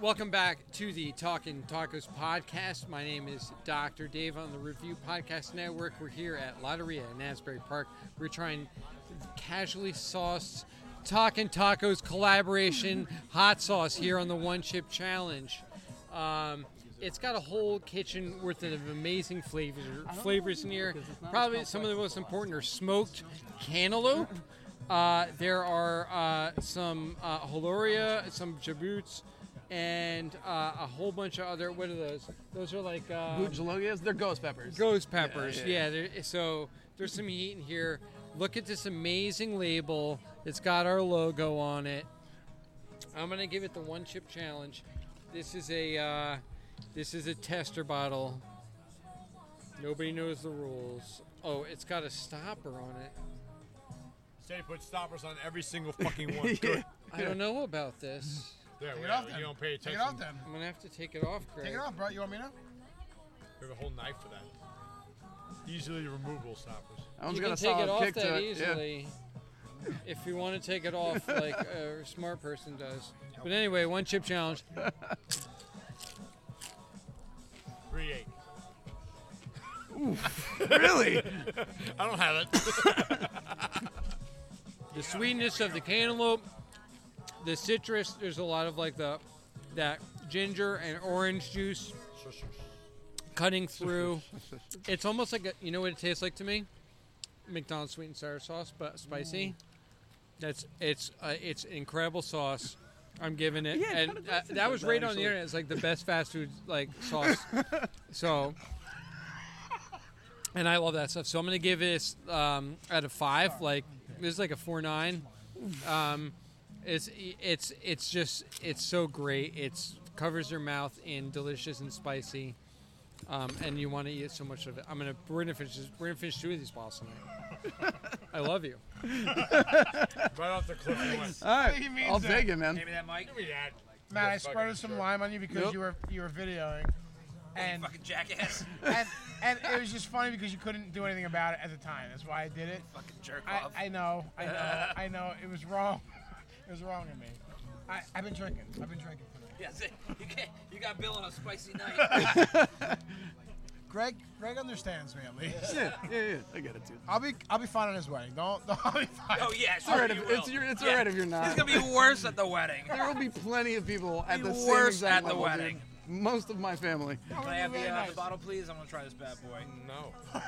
Speaker 1: Welcome back to the Talking Tacos podcast. My name is Dr. Dave on the Review Podcast Network. We're here at Lotteria in Asbury Park. We're trying casually sauced
Speaker 6: Talking Tacos collaboration hot sauce here on the One Chip Challenge. Um, it's got a whole kitchen worth of amazing flavors flavors in here. Probably some of the most important are smoked cantaloupe. Uh, there are uh, some uh, Holoria, some jabuts, and uh, a whole bunch of other. What are those? Those are like uh,
Speaker 2: Bujalogias, they're ghost peppers.
Speaker 6: Ghost peppers,
Speaker 2: yeah,
Speaker 6: yeah. there, so there's some heat in here. Look at this amazing label. It's got our logo on it. I'm gonna give it the one chip challenge. This is a uh, this is a tester bottle. Nobody knows the rules. Oh, it's got a stopper on it.
Speaker 3: Say put stoppers on every single fucking one.
Speaker 2: Yeah.
Speaker 3: Good.
Speaker 6: I don't know about this.
Speaker 3: There,
Speaker 4: Take
Speaker 3: we
Speaker 4: it off
Speaker 3: you
Speaker 4: then.
Speaker 3: don't pay attention.
Speaker 4: Take it off then.
Speaker 6: I'm gonna have to take it off, Greg.
Speaker 4: Take it off, bro. You want me to?
Speaker 3: We have a whole knife for that. Easily removable stoppers.
Speaker 2: That one's
Speaker 6: You
Speaker 2: got
Speaker 6: can
Speaker 2: a
Speaker 6: take
Speaker 2: solid
Speaker 6: it off
Speaker 2: kick
Speaker 6: that
Speaker 2: to it. Yeah.
Speaker 6: easily. If you want to take it off like a smart person does. But anyway, one chip challenge.
Speaker 3: Three eight.
Speaker 2: Really?
Speaker 3: I don't have it.
Speaker 6: the sweetness of the cantaloupe, the citrus. There's a lot of like the that ginger and orange juice cutting through. It's almost like a, you know what it tastes like to me, McDonald's sweet and sour sauce, but
Speaker 2: Mm.
Speaker 6: spicy. That's it's uh, it's incredible sauce. I'm giving it,
Speaker 2: Yeah, it
Speaker 6: and
Speaker 2: kinda
Speaker 6: uh,
Speaker 2: does taste
Speaker 6: that
Speaker 2: like
Speaker 6: was
Speaker 2: that,
Speaker 6: right on the
Speaker 2: actually.
Speaker 6: internet. It's like the best fast food like sauce. so, and I love that stuff. So I'm gonna give this um, out of five. Like this is like a four nine. Um, it's it's it's just it's so great. It's covers your mouth in delicious and spicy, um, and you want to eat so much of it. I'm gonna we're gonna finish this, we're gonna finish two of these bottles tonight. I love you.
Speaker 3: right off the cliff. we went.
Speaker 2: All
Speaker 4: think he
Speaker 2: right,
Speaker 4: means
Speaker 2: I'll
Speaker 4: it.
Speaker 2: take it, man.
Speaker 5: Give me that mic.
Speaker 3: Give me that.
Speaker 4: Matt, I
Speaker 3: That's fucking
Speaker 4: squirted some
Speaker 3: absurd.
Speaker 4: lime on you because
Speaker 2: Nope.
Speaker 4: you were you were videoing, and
Speaker 5: Fucking jackass.
Speaker 4: and and it was just funny because you couldn't do anything about it at the time. That's why I did it.
Speaker 5: Fucking jerk off.
Speaker 4: I, I know, I know, I know. It was wrong. It was wrong of me. I, I've been drinking. I've been drinking. tonight.
Speaker 5: Yes, you, can't, you got Bill on a spicy night.
Speaker 4: Greg, Greg understands me at least.
Speaker 2: Yeah, yeah, yeah. I get it, dude.
Speaker 4: I'll be, I'll be fine at his wedding. Don't, don't I'll be fine.
Speaker 5: oh yeah,
Speaker 2: It's all
Speaker 5: sure
Speaker 2: right
Speaker 5: you
Speaker 2: if
Speaker 5: will.
Speaker 2: it's, your, it's
Speaker 5: Yeah.
Speaker 2: all right if you're
Speaker 5: He's
Speaker 2: not.
Speaker 5: gonna be worse at the wedding.
Speaker 2: There will be plenty of people at
Speaker 5: Be
Speaker 2: the same
Speaker 5: worse
Speaker 2: exact
Speaker 5: at the
Speaker 2: level, dude.
Speaker 5: wedding.
Speaker 2: Most of my family.
Speaker 5: Can I have the,
Speaker 4: Really
Speaker 5: uh,
Speaker 4: nice.
Speaker 5: the bottle, please? I'm gonna try this bad boy.
Speaker 3: No.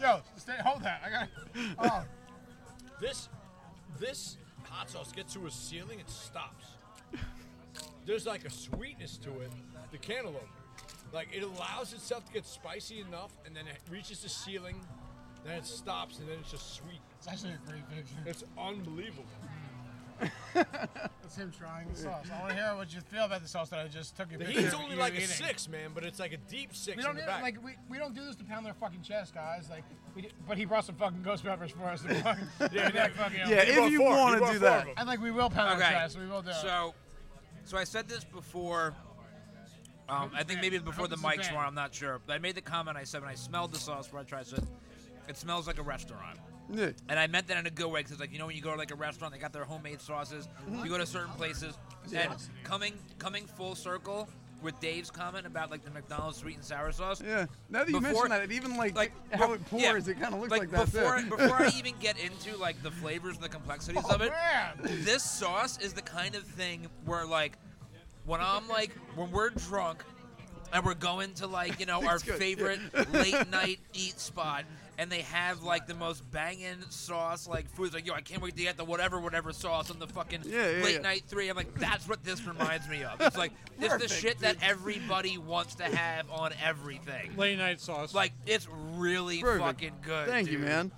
Speaker 4: Yo, stay, hold that. I got. Oh,
Speaker 3: This, this hot sauce gets to a ceiling and stops. There's like a sweetness to it. The cantaloupe, like it allows itself to get spicy enough, and then it reaches the ceiling, then it stops, and then it's just sweet.
Speaker 4: it's actually a great picture.
Speaker 3: It's unbelievable.
Speaker 4: That's him trying the sauce. I want to hear what you feel about the sauce that I just took. Your
Speaker 3: The
Speaker 4: picture
Speaker 3: heat's
Speaker 4: of
Speaker 3: only
Speaker 4: you
Speaker 3: like a
Speaker 4: eating.
Speaker 3: six, man, but it's like a deep six
Speaker 4: We
Speaker 3: in
Speaker 4: don't
Speaker 3: the
Speaker 4: need,
Speaker 3: back.
Speaker 4: like we, we don't do this to pound their fucking chest, guys. Like we, did, but he brought some fucking ghost peppers for us. To fucking, yeah, fucking
Speaker 2: Yeah,
Speaker 3: He
Speaker 2: if
Speaker 3: brought
Speaker 2: you
Speaker 3: four. He
Speaker 2: wanna
Speaker 3: brought
Speaker 2: do
Speaker 3: four of
Speaker 2: that.
Speaker 3: them.
Speaker 4: I think we will pound our
Speaker 5: Okay.
Speaker 4: chest. We will do. it.
Speaker 5: So, so I said this before. Um, I think maybe before the
Speaker 4: Hope it's a
Speaker 5: mics
Speaker 4: van.
Speaker 5: were. I'm not sure. But I made the comment. I said when I smelled the sauce before I tried it, I said, it smells like a restaurant.
Speaker 2: Yeah.
Speaker 5: And I meant that in a good way because, like, you know, when you go to like a restaurant, they got their homemade sauces.
Speaker 2: Mm-hmm.
Speaker 5: You go to certain places, and coming coming full circle with Dave's comment about like the McDonald's sweet and sour sauce.
Speaker 2: Yeah. Now that you
Speaker 5: Before-
Speaker 2: mention that, it even like,
Speaker 5: Like
Speaker 2: how
Speaker 5: bef-
Speaker 2: it pours,
Speaker 5: yeah.
Speaker 2: it kind of looks like, that. too. Oh,
Speaker 5: before before I even get into like the flavors and the complexities of it,
Speaker 4: man.
Speaker 5: this sauce is the kind of thing where like when I'm like when we're drunk and we're going to like you know our
Speaker 2: good, yeah.
Speaker 5: favorite late night eat spot and they have like the most banging sauce like food It's like yo I can't wait to get the whatever whatever sauce on the fucking
Speaker 2: Yeah, yeah,
Speaker 5: late
Speaker 2: yeah.
Speaker 5: night three I'm like that's what this reminds me of it's like it's the
Speaker 2: Perfect,
Speaker 5: shit that everybody wants to have on everything
Speaker 6: Late night sauce.
Speaker 5: like it's really
Speaker 2: Perfect.
Speaker 5: fucking good
Speaker 2: Thank you,
Speaker 5: dude.
Speaker 2: man.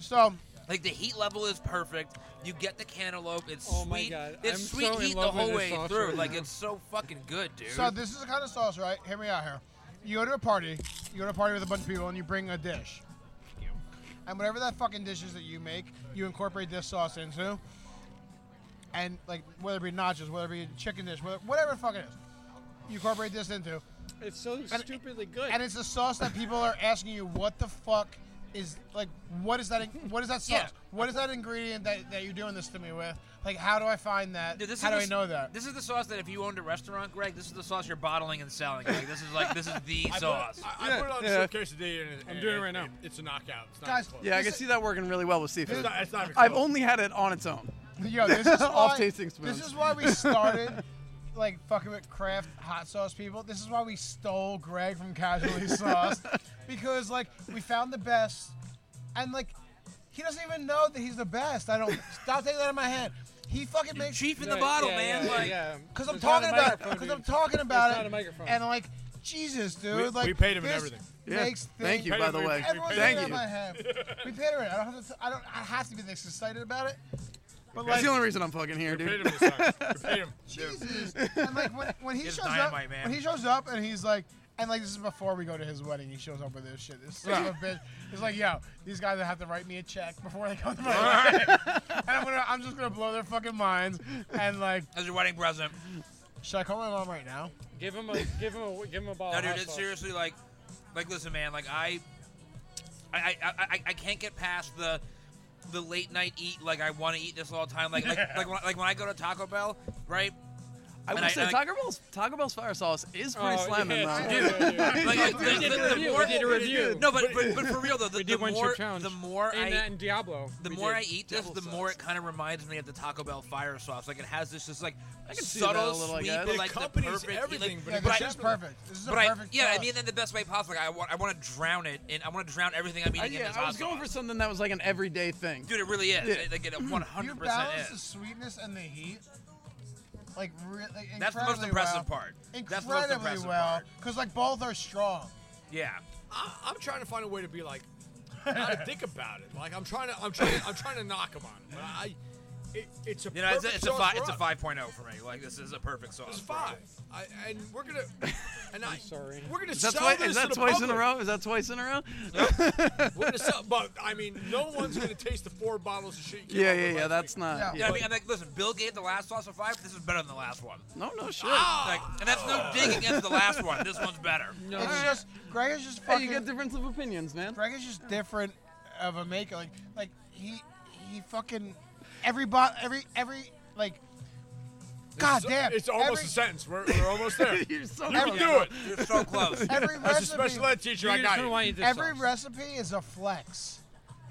Speaker 4: So
Speaker 5: Like the heat level is perfect. You get the cantaloupe. It's
Speaker 6: Oh
Speaker 5: sweet.
Speaker 6: my God,
Speaker 5: It's
Speaker 6: I'm
Speaker 5: sweet
Speaker 6: so in
Speaker 5: heat the
Speaker 6: love with
Speaker 5: whole
Speaker 6: this
Speaker 5: way
Speaker 6: sauce
Speaker 5: through.
Speaker 6: right
Speaker 5: like
Speaker 6: now.
Speaker 5: it's so fucking good, dude.
Speaker 4: So this is the kind of sauce, right? Hear me out here. You go to a party, you go to a party with a bunch of people, and you bring a dish. And whatever that fucking dish is that you make, you incorporate this sauce into. And like whether it be nachos, whether it be chicken dish, whether, whatever the fuck it is, you incorporate this into.
Speaker 6: it's so stupidly good.
Speaker 4: And it's the sauce that people are asking you, what the fuck is like, what is that? in- What is that sauce?
Speaker 5: Yeah.
Speaker 4: What is that ingredient that, that you're doing this to me with? Like, how do I find that?
Speaker 5: Dude, this
Speaker 4: how
Speaker 5: is
Speaker 4: do
Speaker 5: the
Speaker 4: I
Speaker 5: s-
Speaker 4: know that?
Speaker 5: This is the sauce that if you owned a restaurant, Greg, this is the sauce you're bottling and selling. Like this is like this is the sauce.
Speaker 3: I, I
Speaker 2: Yeah,
Speaker 3: put it on
Speaker 2: yeah.
Speaker 3: yeah. quesadilla. And, and,
Speaker 6: I'm doing it right now.
Speaker 3: and It's a knockout. It's not
Speaker 4: Guys,
Speaker 3: close.
Speaker 2: Yeah, I
Speaker 4: This
Speaker 2: can
Speaker 4: is-
Speaker 2: see that working really well with seafood.
Speaker 3: It's not- it's not even
Speaker 2: I've
Speaker 3: close.
Speaker 2: only had it on its own.
Speaker 4: Yo, this is why,
Speaker 2: Off tasting spoons.
Speaker 4: This is why we started like fucking with craft hot sauce people. This is why we stole Greg from Casually Sauce because like we found the best, and like he doesn't even know that he's the best. I don't stop taking that out of my hand. He fucking makes
Speaker 5: Chief in the bottle,
Speaker 6: yeah,
Speaker 5: oh, man.
Speaker 6: yeah,
Speaker 5: like,
Speaker 6: yeah.
Speaker 4: because I'm
Speaker 6: It's not
Speaker 4: talking
Speaker 6: a
Speaker 4: about it.
Speaker 6: microphone,
Speaker 4: Because
Speaker 6: dude.
Speaker 4: I'm talking about
Speaker 6: It's
Speaker 4: it.
Speaker 6: not a microphone.
Speaker 4: And like, Jesus, dude.
Speaker 3: We-
Speaker 4: like
Speaker 3: we paid him and
Speaker 4: this
Speaker 3: everything.
Speaker 2: Yeah.
Speaker 4: Makes
Speaker 2: Thank
Speaker 4: things
Speaker 2: you, by the way.
Speaker 4: Everyone's
Speaker 2: Thank
Speaker 4: in
Speaker 2: you.
Speaker 4: my hand. We paid her. in. I don't have to. I don't. I have to be this excited about it. But
Speaker 2: That's
Speaker 4: like,
Speaker 2: the only reason I'm fucking here,
Speaker 3: Paid him
Speaker 2: dude.
Speaker 3: this time. We paid him.
Speaker 4: Jesus. and like when, when he
Speaker 5: It's
Speaker 4: shows
Speaker 5: dynamite,
Speaker 4: up,
Speaker 5: man.
Speaker 4: when he shows up, and he's like, and like this is before we go to his wedding. He shows up with this shit. This son of a bitch. He's like, yo, these guys have to write me a check before they come to my wedding. and I'm gonna, I'm just gonna blow their fucking minds. And like,
Speaker 5: as your wedding present.
Speaker 4: should I call my mom right now?
Speaker 6: Give him a give him a give him a ball.
Speaker 5: No,
Speaker 6: of
Speaker 5: dude,
Speaker 6: hot
Speaker 5: it's
Speaker 6: Oh, sauce.
Speaker 5: seriously like, like listen, man, like I, I, I, I- I, I can't get past the, the late night eat. Like I want to eat this all the time. Like, like, like, when, like when I go to Taco Bell, right?
Speaker 2: I
Speaker 5: And
Speaker 2: will
Speaker 5: I-
Speaker 2: say
Speaker 5: and I-
Speaker 2: Taco Bell's Taco Bell's fire sauce is pretty
Speaker 6: Oh,
Speaker 2: slamming
Speaker 6: yeah,
Speaker 2: though.
Speaker 6: yeah, yeah, yeah.
Speaker 5: Like, like,
Speaker 6: We did a review. We did a review.
Speaker 5: No, but, but but for real though, the,
Speaker 6: We
Speaker 5: the
Speaker 6: did one
Speaker 5: more
Speaker 6: chip challenge.
Speaker 5: the more
Speaker 6: and
Speaker 5: I
Speaker 6: that in Diablo.
Speaker 5: the
Speaker 6: we
Speaker 5: more
Speaker 6: did.
Speaker 5: I eat this, the
Speaker 2: Devil
Speaker 5: more
Speaker 2: sauce.
Speaker 5: it kind of reminds me of the Taco Bell fire sauce. Like it has this just like, like
Speaker 2: see that a
Speaker 5: subtle
Speaker 2: little, I
Speaker 5: sweet,
Speaker 2: guess.
Speaker 5: but
Speaker 2: It
Speaker 5: like the
Speaker 3: accompanies
Speaker 5: perfect.
Speaker 3: everything,
Speaker 5: like,
Speaker 3: but
Speaker 4: Yeah,
Speaker 3: it
Speaker 4: this
Speaker 5: I-
Speaker 4: shit's perfect. This is a
Speaker 5: But I,
Speaker 4: perfect.
Speaker 5: yeah, I
Speaker 4: sauce.
Speaker 5: mean that in the best way possible. Like, I want, I want to drown it, and I want to drown everything I'm
Speaker 2: I,
Speaker 5: eating in
Speaker 2: Uh, yeah,
Speaker 5: this
Speaker 2: I
Speaker 5: hot
Speaker 2: was going for
Speaker 5: sauce.
Speaker 2: something that was like an everyday thing.
Speaker 5: Dude, it really is.
Speaker 2: Yeah.
Speaker 5: It- Like it 100
Speaker 4: You
Speaker 5: percent
Speaker 4: balance the
Speaker 5: is.
Speaker 4: sweetness and the heat, like really. Like,
Speaker 5: That's the most
Speaker 4: incredibly
Speaker 5: impressive
Speaker 4: well.
Speaker 5: part. That's the most
Speaker 4: Incredibly
Speaker 5: impressive
Speaker 4: well,
Speaker 5: part.
Speaker 4: because like both are strong.
Speaker 5: Yeah.
Speaker 3: I, I'm trying to find a way to be like, how to think about it. Like I'm trying to, I'm trying, I'm trying to knock him on it. But I, it, it's a
Speaker 5: You know, it's, a-
Speaker 3: perfect
Speaker 5: it's a
Speaker 3: sauce
Speaker 5: fi-
Speaker 3: for
Speaker 5: it's a
Speaker 3: us.
Speaker 5: 5.0 for me. Like this is a perfect sauce.
Speaker 3: It's
Speaker 5: for me.
Speaker 3: five. I, and we're gonna, and I,
Speaker 6: sorry.
Speaker 3: we're gonna
Speaker 2: Is that,
Speaker 3: sell
Speaker 2: twi-
Speaker 3: this
Speaker 2: is that
Speaker 3: to the
Speaker 2: twice in a
Speaker 3: public.
Speaker 2: row? Is that twice in a row?
Speaker 3: We're gonna sell, but I mean, no one's gonna taste the four bottles of shit. You came
Speaker 2: Yeah,
Speaker 3: up
Speaker 2: yeah,
Speaker 3: with
Speaker 2: yeah.
Speaker 3: last
Speaker 2: That's
Speaker 3: week.
Speaker 4: Yeah.
Speaker 2: not.
Speaker 5: You know
Speaker 2: Yeah.
Speaker 5: what I mean? I'm like, listen, Bill gave the last sauce a five. This is better than the last one.
Speaker 2: No, no shit.
Speaker 5: Like, and that's no dig against the last one. This one's better.
Speaker 6: No,
Speaker 4: It's just Greg is just
Speaker 2: Hey,
Speaker 4: fucking.
Speaker 2: you get difference of opinions, man.
Speaker 4: Greg is just different of a maker. Like like he he fucking every bot every every like. God
Speaker 3: It's-
Speaker 4: damn!
Speaker 3: It's almost
Speaker 4: every,
Speaker 3: a sentence. We're, we're almost there. you
Speaker 2: You're so
Speaker 3: can
Speaker 2: close.
Speaker 3: do it.
Speaker 5: You're so close.
Speaker 4: every
Speaker 3: As a special
Speaker 4: recipe.
Speaker 3: ed teacher, I
Speaker 6: You just
Speaker 3: got
Speaker 6: don't
Speaker 3: you.
Speaker 6: want to eat this
Speaker 4: Every
Speaker 6: sauce.
Speaker 4: recipe is a flex.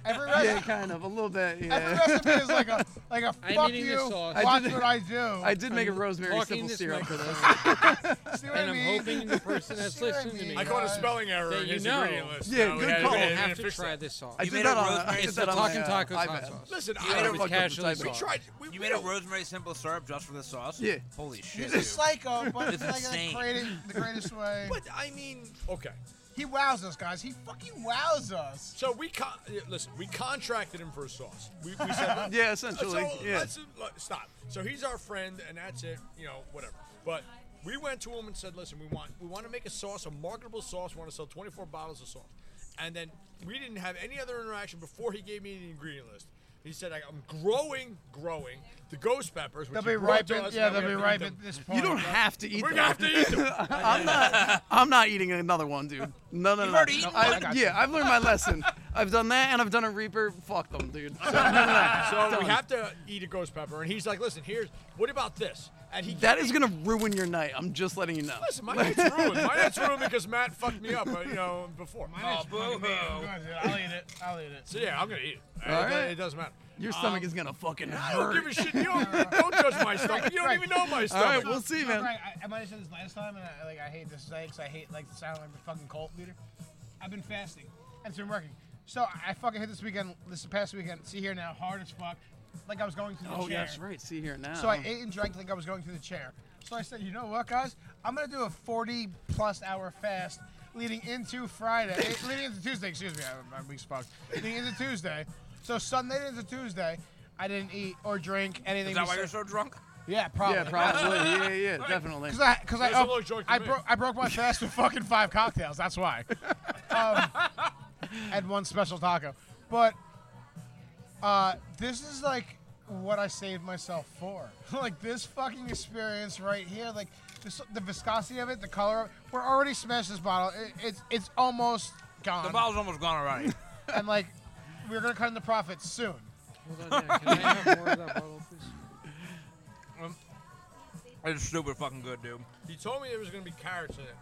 Speaker 4: Every recipe.
Speaker 2: Yeah, kind of. A little bit.
Speaker 4: Every
Speaker 2: Yeah.
Speaker 4: recipe is like a like a
Speaker 6: I'm
Speaker 4: fuck
Speaker 6: eating
Speaker 4: you.
Speaker 6: this sauce.
Speaker 2: I
Speaker 4: Watch
Speaker 2: did-
Speaker 4: what I do.
Speaker 2: I did make a rosemary simple
Speaker 6: Talking this
Speaker 2: syrup for this.
Speaker 6: microphone,
Speaker 4: See what
Speaker 6: and
Speaker 4: I
Speaker 6: I'm
Speaker 4: mean?
Speaker 6: hoping the person that's
Speaker 4: See what I
Speaker 6: listening to
Speaker 4: mean?
Speaker 6: me.
Speaker 3: I caught a spelling error
Speaker 6: That
Speaker 3: in
Speaker 6: you
Speaker 3: his
Speaker 6: know.
Speaker 3: ingredient list.
Speaker 2: Yeah,
Speaker 3: we
Speaker 2: good
Speaker 3: gotta- we
Speaker 2: call.
Speaker 6: I
Speaker 3: gotta
Speaker 6: have to
Speaker 3: fix
Speaker 6: try
Speaker 3: that.
Speaker 6: this sauce.
Speaker 2: I
Speaker 5: You
Speaker 2: did
Speaker 5: made a
Speaker 2: that on. I
Speaker 5: rosemary
Speaker 2: did
Speaker 5: It's
Speaker 2: that
Speaker 5: the
Speaker 2: on my,
Speaker 6: talking
Speaker 2: uh,
Speaker 6: taco hot
Speaker 2: iPad.
Speaker 6: sauce.
Speaker 3: Listen,
Speaker 5: made
Speaker 3: I
Speaker 5: a
Speaker 3: don't
Speaker 5: fucking
Speaker 3: fucking.
Speaker 6: casually
Speaker 3: We
Speaker 6: sauce.
Speaker 3: tried. We
Speaker 5: You
Speaker 3: we
Speaker 5: made a
Speaker 3: don't-
Speaker 5: rosemary simple syrup just for this sauce?
Speaker 2: Yeah.
Speaker 5: Holy shit.
Speaker 4: He's a psycho, but
Speaker 5: It's
Speaker 4: it's like a
Speaker 5: insane.
Speaker 4: creative, the greatest way.
Speaker 3: But I mean, okay.
Speaker 4: He wows us, guys. He fucking wows us.
Speaker 3: So we con- yeah, listen. We contracted him for a sauce. We, we said,
Speaker 2: Yeah, essentially.
Speaker 3: So,
Speaker 2: yeah.
Speaker 3: let's- look, stop. So he's our friend, and that's it. You know, whatever. But we went to him and said, "Listen, we want we want to make a sauce, a marketable sauce. We want to sell 24 bottles of sauce." And then we didn't have any other interaction before he gave me the ingredient list. He said, like, "I'm growing, growing the ghost peppers." Which
Speaker 4: They'll be
Speaker 3: you brought
Speaker 4: ripe.
Speaker 3: to
Speaker 4: At,
Speaker 3: us,
Speaker 4: yeah,
Speaker 3: and now
Speaker 4: they'll
Speaker 3: we
Speaker 4: be
Speaker 3: have to eat them.
Speaker 4: ripe at this point.
Speaker 2: You don't have to eat
Speaker 3: We're
Speaker 2: them.
Speaker 3: gonna have to eat them.
Speaker 2: I'm not. I'm not eating another one, dude. No, no, no. no.
Speaker 5: You've already eaten
Speaker 2: I-
Speaker 5: one.
Speaker 2: yeah, I've learned my lesson. I've done that, and I've done a Reaper. Fuck them, dude. So, no, no, no.
Speaker 3: so we
Speaker 2: Done.
Speaker 3: have to eat a ghost pepper, and he's like, "Listen, here's what about this?" And he
Speaker 2: That
Speaker 3: gave
Speaker 2: is
Speaker 3: me-
Speaker 2: gonna ruin your night. I'm just letting you know.
Speaker 3: Listen, my night's ruined. My night's ruined because Matt fucked me up, uh, you know, before.
Speaker 5: Oh, boo hoo.
Speaker 4: I'll eat it. I'll eat it.
Speaker 3: So yeah, I'm gonna eat it.
Speaker 2: All
Speaker 3: it, do-
Speaker 2: right.
Speaker 3: it doesn't matter.
Speaker 2: Your stomach is gonna fucking
Speaker 3: I don't
Speaker 2: hurt.
Speaker 3: give a shit. You don't, don't judge my stomach. You don't
Speaker 4: Right.
Speaker 3: even know my
Speaker 2: All right,
Speaker 3: stomach.
Speaker 2: we'll see, man.
Speaker 4: Greg, I, I might have said this last time, and I, like I hate this today because I hate like the sound like the fucking cult leader. I've been fasting, and it's been working. So I fucking hit this weekend, this past weekend. See here now, hard as fuck, like I was going through the
Speaker 2: Oh,
Speaker 4: chair.
Speaker 2: yeah, that's right. See here now.
Speaker 4: So I
Speaker 5: Uh-huh.
Speaker 4: ate and drank like I was going through the chair. So I said, you know what, guys? I'm gonna do a 40 plus hour fast leading into Friday, eh, leading into Tuesday. Excuse me, I, my week's fucked. Leading into Tuesday. So Sunday into Tuesday, I didn't eat or drink anything.
Speaker 5: Is that why you're
Speaker 4: besides-
Speaker 5: so drunk?
Speaker 4: yeah, probably.
Speaker 2: yeah, probably. Yeah, yeah, definitely.
Speaker 4: Because I, because I,
Speaker 3: That's a little
Speaker 4: up,
Speaker 3: joke to
Speaker 4: I
Speaker 3: me.
Speaker 4: broke, I broke my fast with fucking five cocktails. That's why. Um, and one special taco, but uh, this is like what I saved myself for. like this fucking experience right here. Like this, the viscosity of it, the color. of We're already smashed this bottle. It, it's it's almost
Speaker 5: The
Speaker 4: gone.
Speaker 5: bottle's almost gone already.
Speaker 4: and like we're gonna cut in the profits soon.
Speaker 6: Hold on, yeah, can I have more of that bottle, please?
Speaker 5: It's super fucking good, dude.
Speaker 3: He told me there was gonna be carrots in it,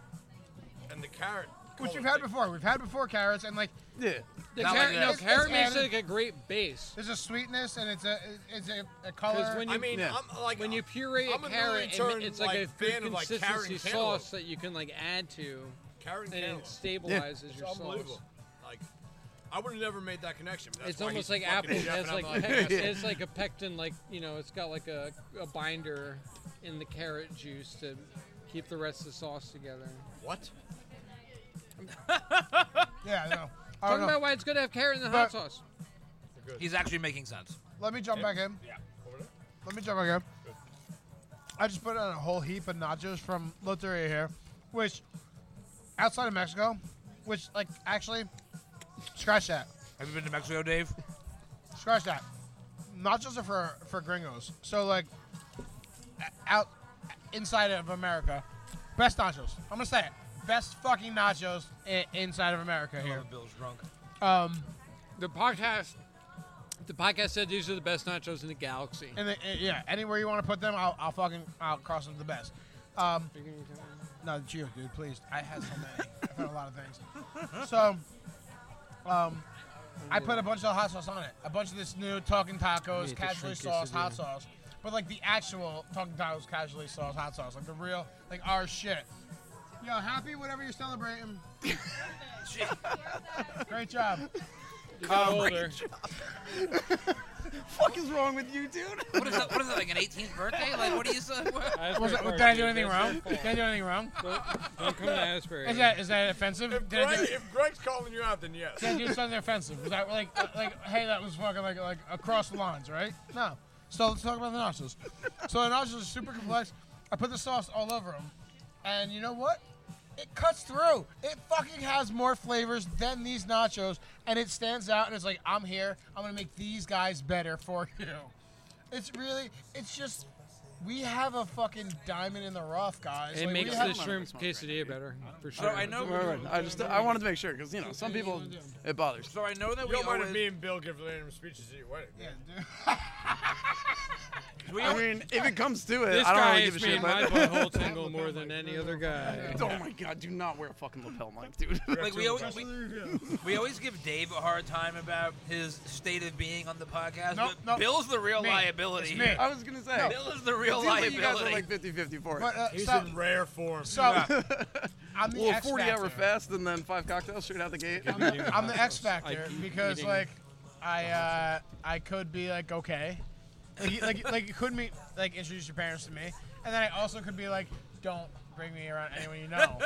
Speaker 3: and the carrot
Speaker 4: Which we've had before. We've had before carrots, and like
Speaker 2: Yeah.
Speaker 1: The
Speaker 5: Not
Speaker 1: carrot,
Speaker 5: like
Speaker 1: no,
Speaker 5: that.
Speaker 1: carrot
Speaker 4: It's
Speaker 1: makes
Speaker 4: added-
Speaker 1: like a great base.
Speaker 4: there's a sweetness and it's a it's a, a color.
Speaker 1: Because when you
Speaker 3: I mean,
Speaker 2: Yeah.
Speaker 3: I'm like
Speaker 1: when you puree a
Speaker 3: I'm an
Speaker 1: carrot, it ma-
Speaker 3: early-turn,
Speaker 1: it's like, a
Speaker 3: like, fan
Speaker 1: food
Speaker 3: of, like,
Speaker 1: consistency
Speaker 3: carrot and cantaloupe.
Speaker 1: sauce that you can like add to,
Speaker 3: Karen
Speaker 1: and it
Speaker 3: Cantaloupe.
Speaker 1: stabilizes
Speaker 3: It's
Speaker 1: your
Speaker 3: unbelievable.
Speaker 1: sauce.
Speaker 3: Like, I would have never made that connection. but that's
Speaker 1: it's
Speaker 3: why
Speaker 1: almost
Speaker 3: he's
Speaker 1: like
Speaker 3: fucking
Speaker 1: apple. It
Speaker 3: chef,
Speaker 1: has
Speaker 3: and I'm
Speaker 1: like, pec-
Speaker 3: yeah.
Speaker 1: it's like a pectin, like you know, it's got like a, a binder in the carrot juice to keep the rest of the sauce together.
Speaker 3: what?
Speaker 4: yeah, no. I
Speaker 1: Talking
Speaker 4: don't know.
Speaker 1: about why it's good to have carrot in the hot
Speaker 4: But-
Speaker 1: sauce.
Speaker 3: They're good.
Speaker 5: He's actually making sense.
Speaker 4: Let me jump back in.
Speaker 3: Yeah. Over there.
Speaker 4: Let me jump back in. I just put on a whole heap of nachos from Loteria here, which outside of Mexico, which like actually, scratch that,
Speaker 5: Have you been to Mexico, Dave?
Speaker 4: scratch that. Nachos are for for gringos. So like, a- out inside of America, best nachos. I'm gonna say it, best fucking nachos i- inside of America here.
Speaker 5: Bill's drunk.
Speaker 4: Um,
Speaker 1: The podcast, the podcast said these are the best nachos in the galaxy.
Speaker 4: and the, and- yeah, anywhere you want to put them, I'll, I'll fucking I'll cross them the best. Um, No, Geo, dude, please. I had so many. I've had a lot of things. So, um, I put a bunch of hot sauce on it. A bunch of this new talking
Speaker 1: Need to
Speaker 4: tacos, casually
Speaker 1: shrink your
Speaker 4: sauce, hot
Speaker 1: quesadilla.
Speaker 4: sauce. But like the actual talking tacos, casually sauce, hot sauce. Like the real, like our shit. Yo, happy whatever you're celebrating. Great job. Um,
Speaker 1: older.
Speaker 2: Fuck is wrong with you, dude?
Speaker 5: What is that? What is that? Like an 18th birthday? Like what do you say? What?
Speaker 6: Asbury
Speaker 4: Was it,
Speaker 6: Park,
Speaker 4: did I do
Speaker 6: dude,
Speaker 4: anything
Speaker 6: that's
Speaker 4: wrong?
Speaker 6: their
Speaker 4: Did I do anything wrong?
Speaker 6: fault. Don't, don't come to Asbury.
Speaker 4: Is that is that offensive?
Speaker 3: If,
Speaker 4: Did I
Speaker 3: Greg,
Speaker 4: do,
Speaker 3: if Greg's calling you out, then yes.
Speaker 4: Did I do something offensive? Was that like uh, like hey that was fucking like like across the lines, right? No. So let's talk about the nachos. So the nachos are super complex. I put the sauce all over them, and you know what? It cuts through. It fucking has more flavors than these nachos, and it stands out. And it's like I'm here. I'm gonna make these guys better for you. It's really. It's just. We have a fucking diamond in the rough, guys.
Speaker 1: It
Speaker 4: Like, we
Speaker 1: makes the
Speaker 4: have-
Speaker 2: have-
Speaker 1: shrimp quesadilla better, for
Speaker 5: So
Speaker 1: sure.
Speaker 5: I know.
Speaker 2: I just I wanted to make sure because you know some people it bothers.
Speaker 5: So I know that
Speaker 3: You
Speaker 5: we
Speaker 3: don't mind if
Speaker 5: always.
Speaker 3: me and Bill give random speeches at your wedding.
Speaker 4: Yeah, dude.
Speaker 5: we
Speaker 2: I
Speaker 5: always-
Speaker 2: mean, if it comes to it,
Speaker 1: This
Speaker 2: I don't
Speaker 1: guy
Speaker 2: really give a
Speaker 1: has made
Speaker 2: shit.
Speaker 1: my
Speaker 2: But
Speaker 1: butthole tingle more than any other guy.
Speaker 2: oh my god, do not wear a fucking lapel mic, dude.
Speaker 5: like we always we, we always give Dave a hard time about his state of being on the podcast.
Speaker 4: Nope,
Speaker 5: but
Speaker 4: nope.
Speaker 5: Bill's the real
Speaker 4: Me.
Speaker 5: liability.
Speaker 4: It's me.
Speaker 5: here.
Speaker 2: I was gonna say.
Speaker 5: Bill is the real
Speaker 2: Seems like you guys are
Speaker 5: liability.
Speaker 2: like 50-50 for it.
Speaker 4: But, uh,
Speaker 3: He's
Speaker 4: so,
Speaker 3: in rare form.
Speaker 4: so I'm the
Speaker 2: well,
Speaker 4: X
Speaker 2: 40 hour
Speaker 4: factor.
Speaker 2: fast and then five cocktails straight out the gate.
Speaker 4: I'm the, I'm the X Factor
Speaker 1: keep
Speaker 4: because
Speaker 1: eating-
Speaker 4: like I uh, I could be like okay, like you- like, like you could be like introduce your parents to me, and then I also could be like don't bring me around anyone you know.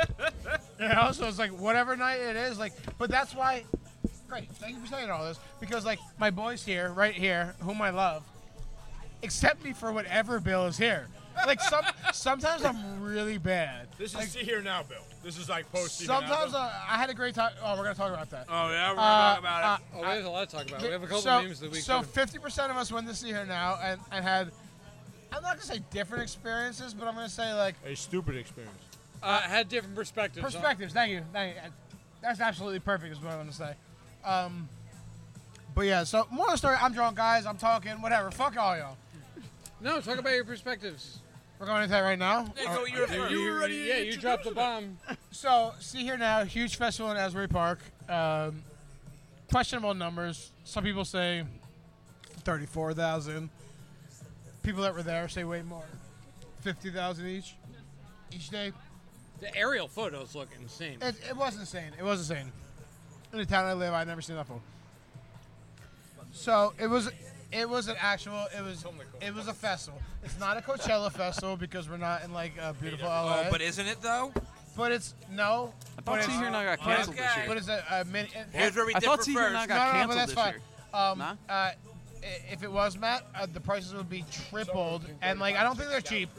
Speaker 4: you know, so it's like whatever night it is, like but that's why. Great, thank you for saying all this because like my boys here, right here, whom I love, accept me for whatever Bill is here. Like some sometimes I'm really bad.
Speaker 3: this is
Speaker 4: like,
Speaker 3: see here now, Bill. This is like post. See Here Now,
Speaker 4: sometimes
Speaker 3: Bill.
Speaker 4: I, I had a great time. Oh, we're gonna talk about that.
Speaker 5: oh yeah, we're gonna
Speaker 4: Uh,
Speaker 5: talk about it.
Speaker 4: uh,
Speaker 1: Oh, we have a lot to talk about. We have a couple
Speaker 4: so,
Speaker 1: names that we
Speaker 4: So
Speaker 1: could've-
Speaker 4: fifty percent of us went to see her now and, and had I'm not gonna say different experiences, but I'm gonna say like
Speaker 3: a stupid experience.
Speaker 1: uh, had different perspectives. on-
Speaker 4: perspectives. Thank you. Thank you. That's absolutely perfect is what I'm gonna say. Um But yeah, so more of the story, I'm drunk guys, I'm talking, whatever. Fuck all y'all.
Speaker 1: No, talk about your perspectives.
Speaker 4: We're going into that right now.
Speaker 5: Hey, so you're first.
Speaker 1: You, already yeah, you dropped the bomb.
Speaker 4: So, see here now, huge festival in Asbury Park. Um, questionable numbers. Some people say 34,000. People that were there say way more. 50,000 each. Each day.
Speaker 1: The aerial photos look insane.
Speaker 4: It, it was insane. It was insane. In the town I live, I've never seen that before. So it was, it was an actual. It was, it was a festival. It's not a Coachella festival because we're not in like a beautiful LA.
Speaker 5: Oh, but isn't it though?
Speaker 4: but it's no.
Speaker 2: I
Speaker 4: but
Speaker 2: thought See
Speaker 4: it's-
Speaker 2: Here Now got
Speaker 5: Okay.
Speaker 2: canceled this
Speaker 4: But
Speaker 2: year.
Speaker 4: it's a, a mini. it- uh,
Speaker 5: Here's where we
Speaker 2: I
Speaker 5: differ
Speaker 2: thought See Here
Speaker 5: first.
Speaker 2: Now got
Speaker 4: no, no, but
Speaker 2: canceled
Speaker 4: that's
Speaker 2: this
Speaker 4: fine.
Speaker 2: year.
Speaker 4: Um,
Speaker 2: Nah?
Speaker 4: uh, i- if it was Matt, uh, the prices would be tripled, and like I don't think they're cheap,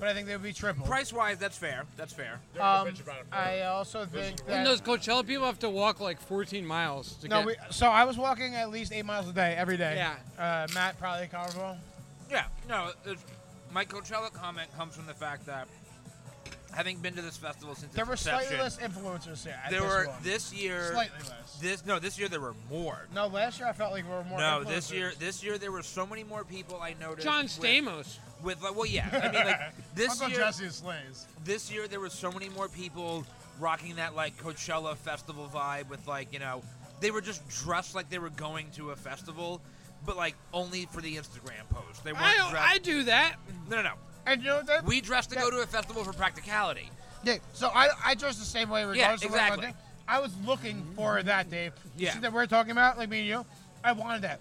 Speaker 4: but I think they would be tripled.
Speaker 5: Price wise, that's fair. That's fair.
Speaker 3: They're
Speaker 4: Um,
Speaker 3: gonna bitch about it.
Speaker 4: I also think
Speaker 1: and those
Speaker 4: that.
Speaker 1: Coachella people have to walk like 14 miles to
Speaker 4: No,
Speaker 1: get.
Speaker 4: we, so I was walking at least eight miles a day every day.
Speaker 1: Yeah.
Speaker 4: Uh, Matt probably comparable.
Speaker 5: Yeah. No, it's- my Coachella comment comes from the fact that having been to this festival since
Speaker 4: There
Speaker 5: its
Speaker 4: were slightly
Speaker 5: inception,
Speaker 4: less influencers here. At
Speaker 5: there
Speaker 4: this
Speaker 5: were
Speaker 4: one.
Speaker 5: this year.
Speaker 4: slightly less.
Speaker 5: This no, this year there were more.
Speaker 4: No, last year I felt like we were more.
Speaker 5: No, this
Speaker 4: influencers.
Speaker 5: year, this year there were so many more people. I noticed.
Speaker 1: John
Speaker 5: with-
Speaker 1: Stamos.
Speaker 5: With, like, well, yeah. I mean, like this
Speaker 4: Uncle
Speaker 5: year,
Speaker 4: Jesse slays.
Speaker 5: this year there were so many more people rocking that like Coachella festival vibe with like you know they were just dressed like they were going to a festival, but like only for the Instagram post. They weren't
Speaker 6: I,
Speaker 5: dressed.
Speaker 6: I do that.
Speaker 5: no, no, no.
Speaker 4: And you know what? Dave?
Speaker 5: We dressed to go to a festival for practicality.
Speaker 4: Dave, so I, I dress the same way regardless of what I
Speaker 5: exactly.
Speaker 4: want. I was looking for that, Dave. You
Speaker 5: Yeah.
Speaker 4: see that we're talking about, like me and you. I wanted that.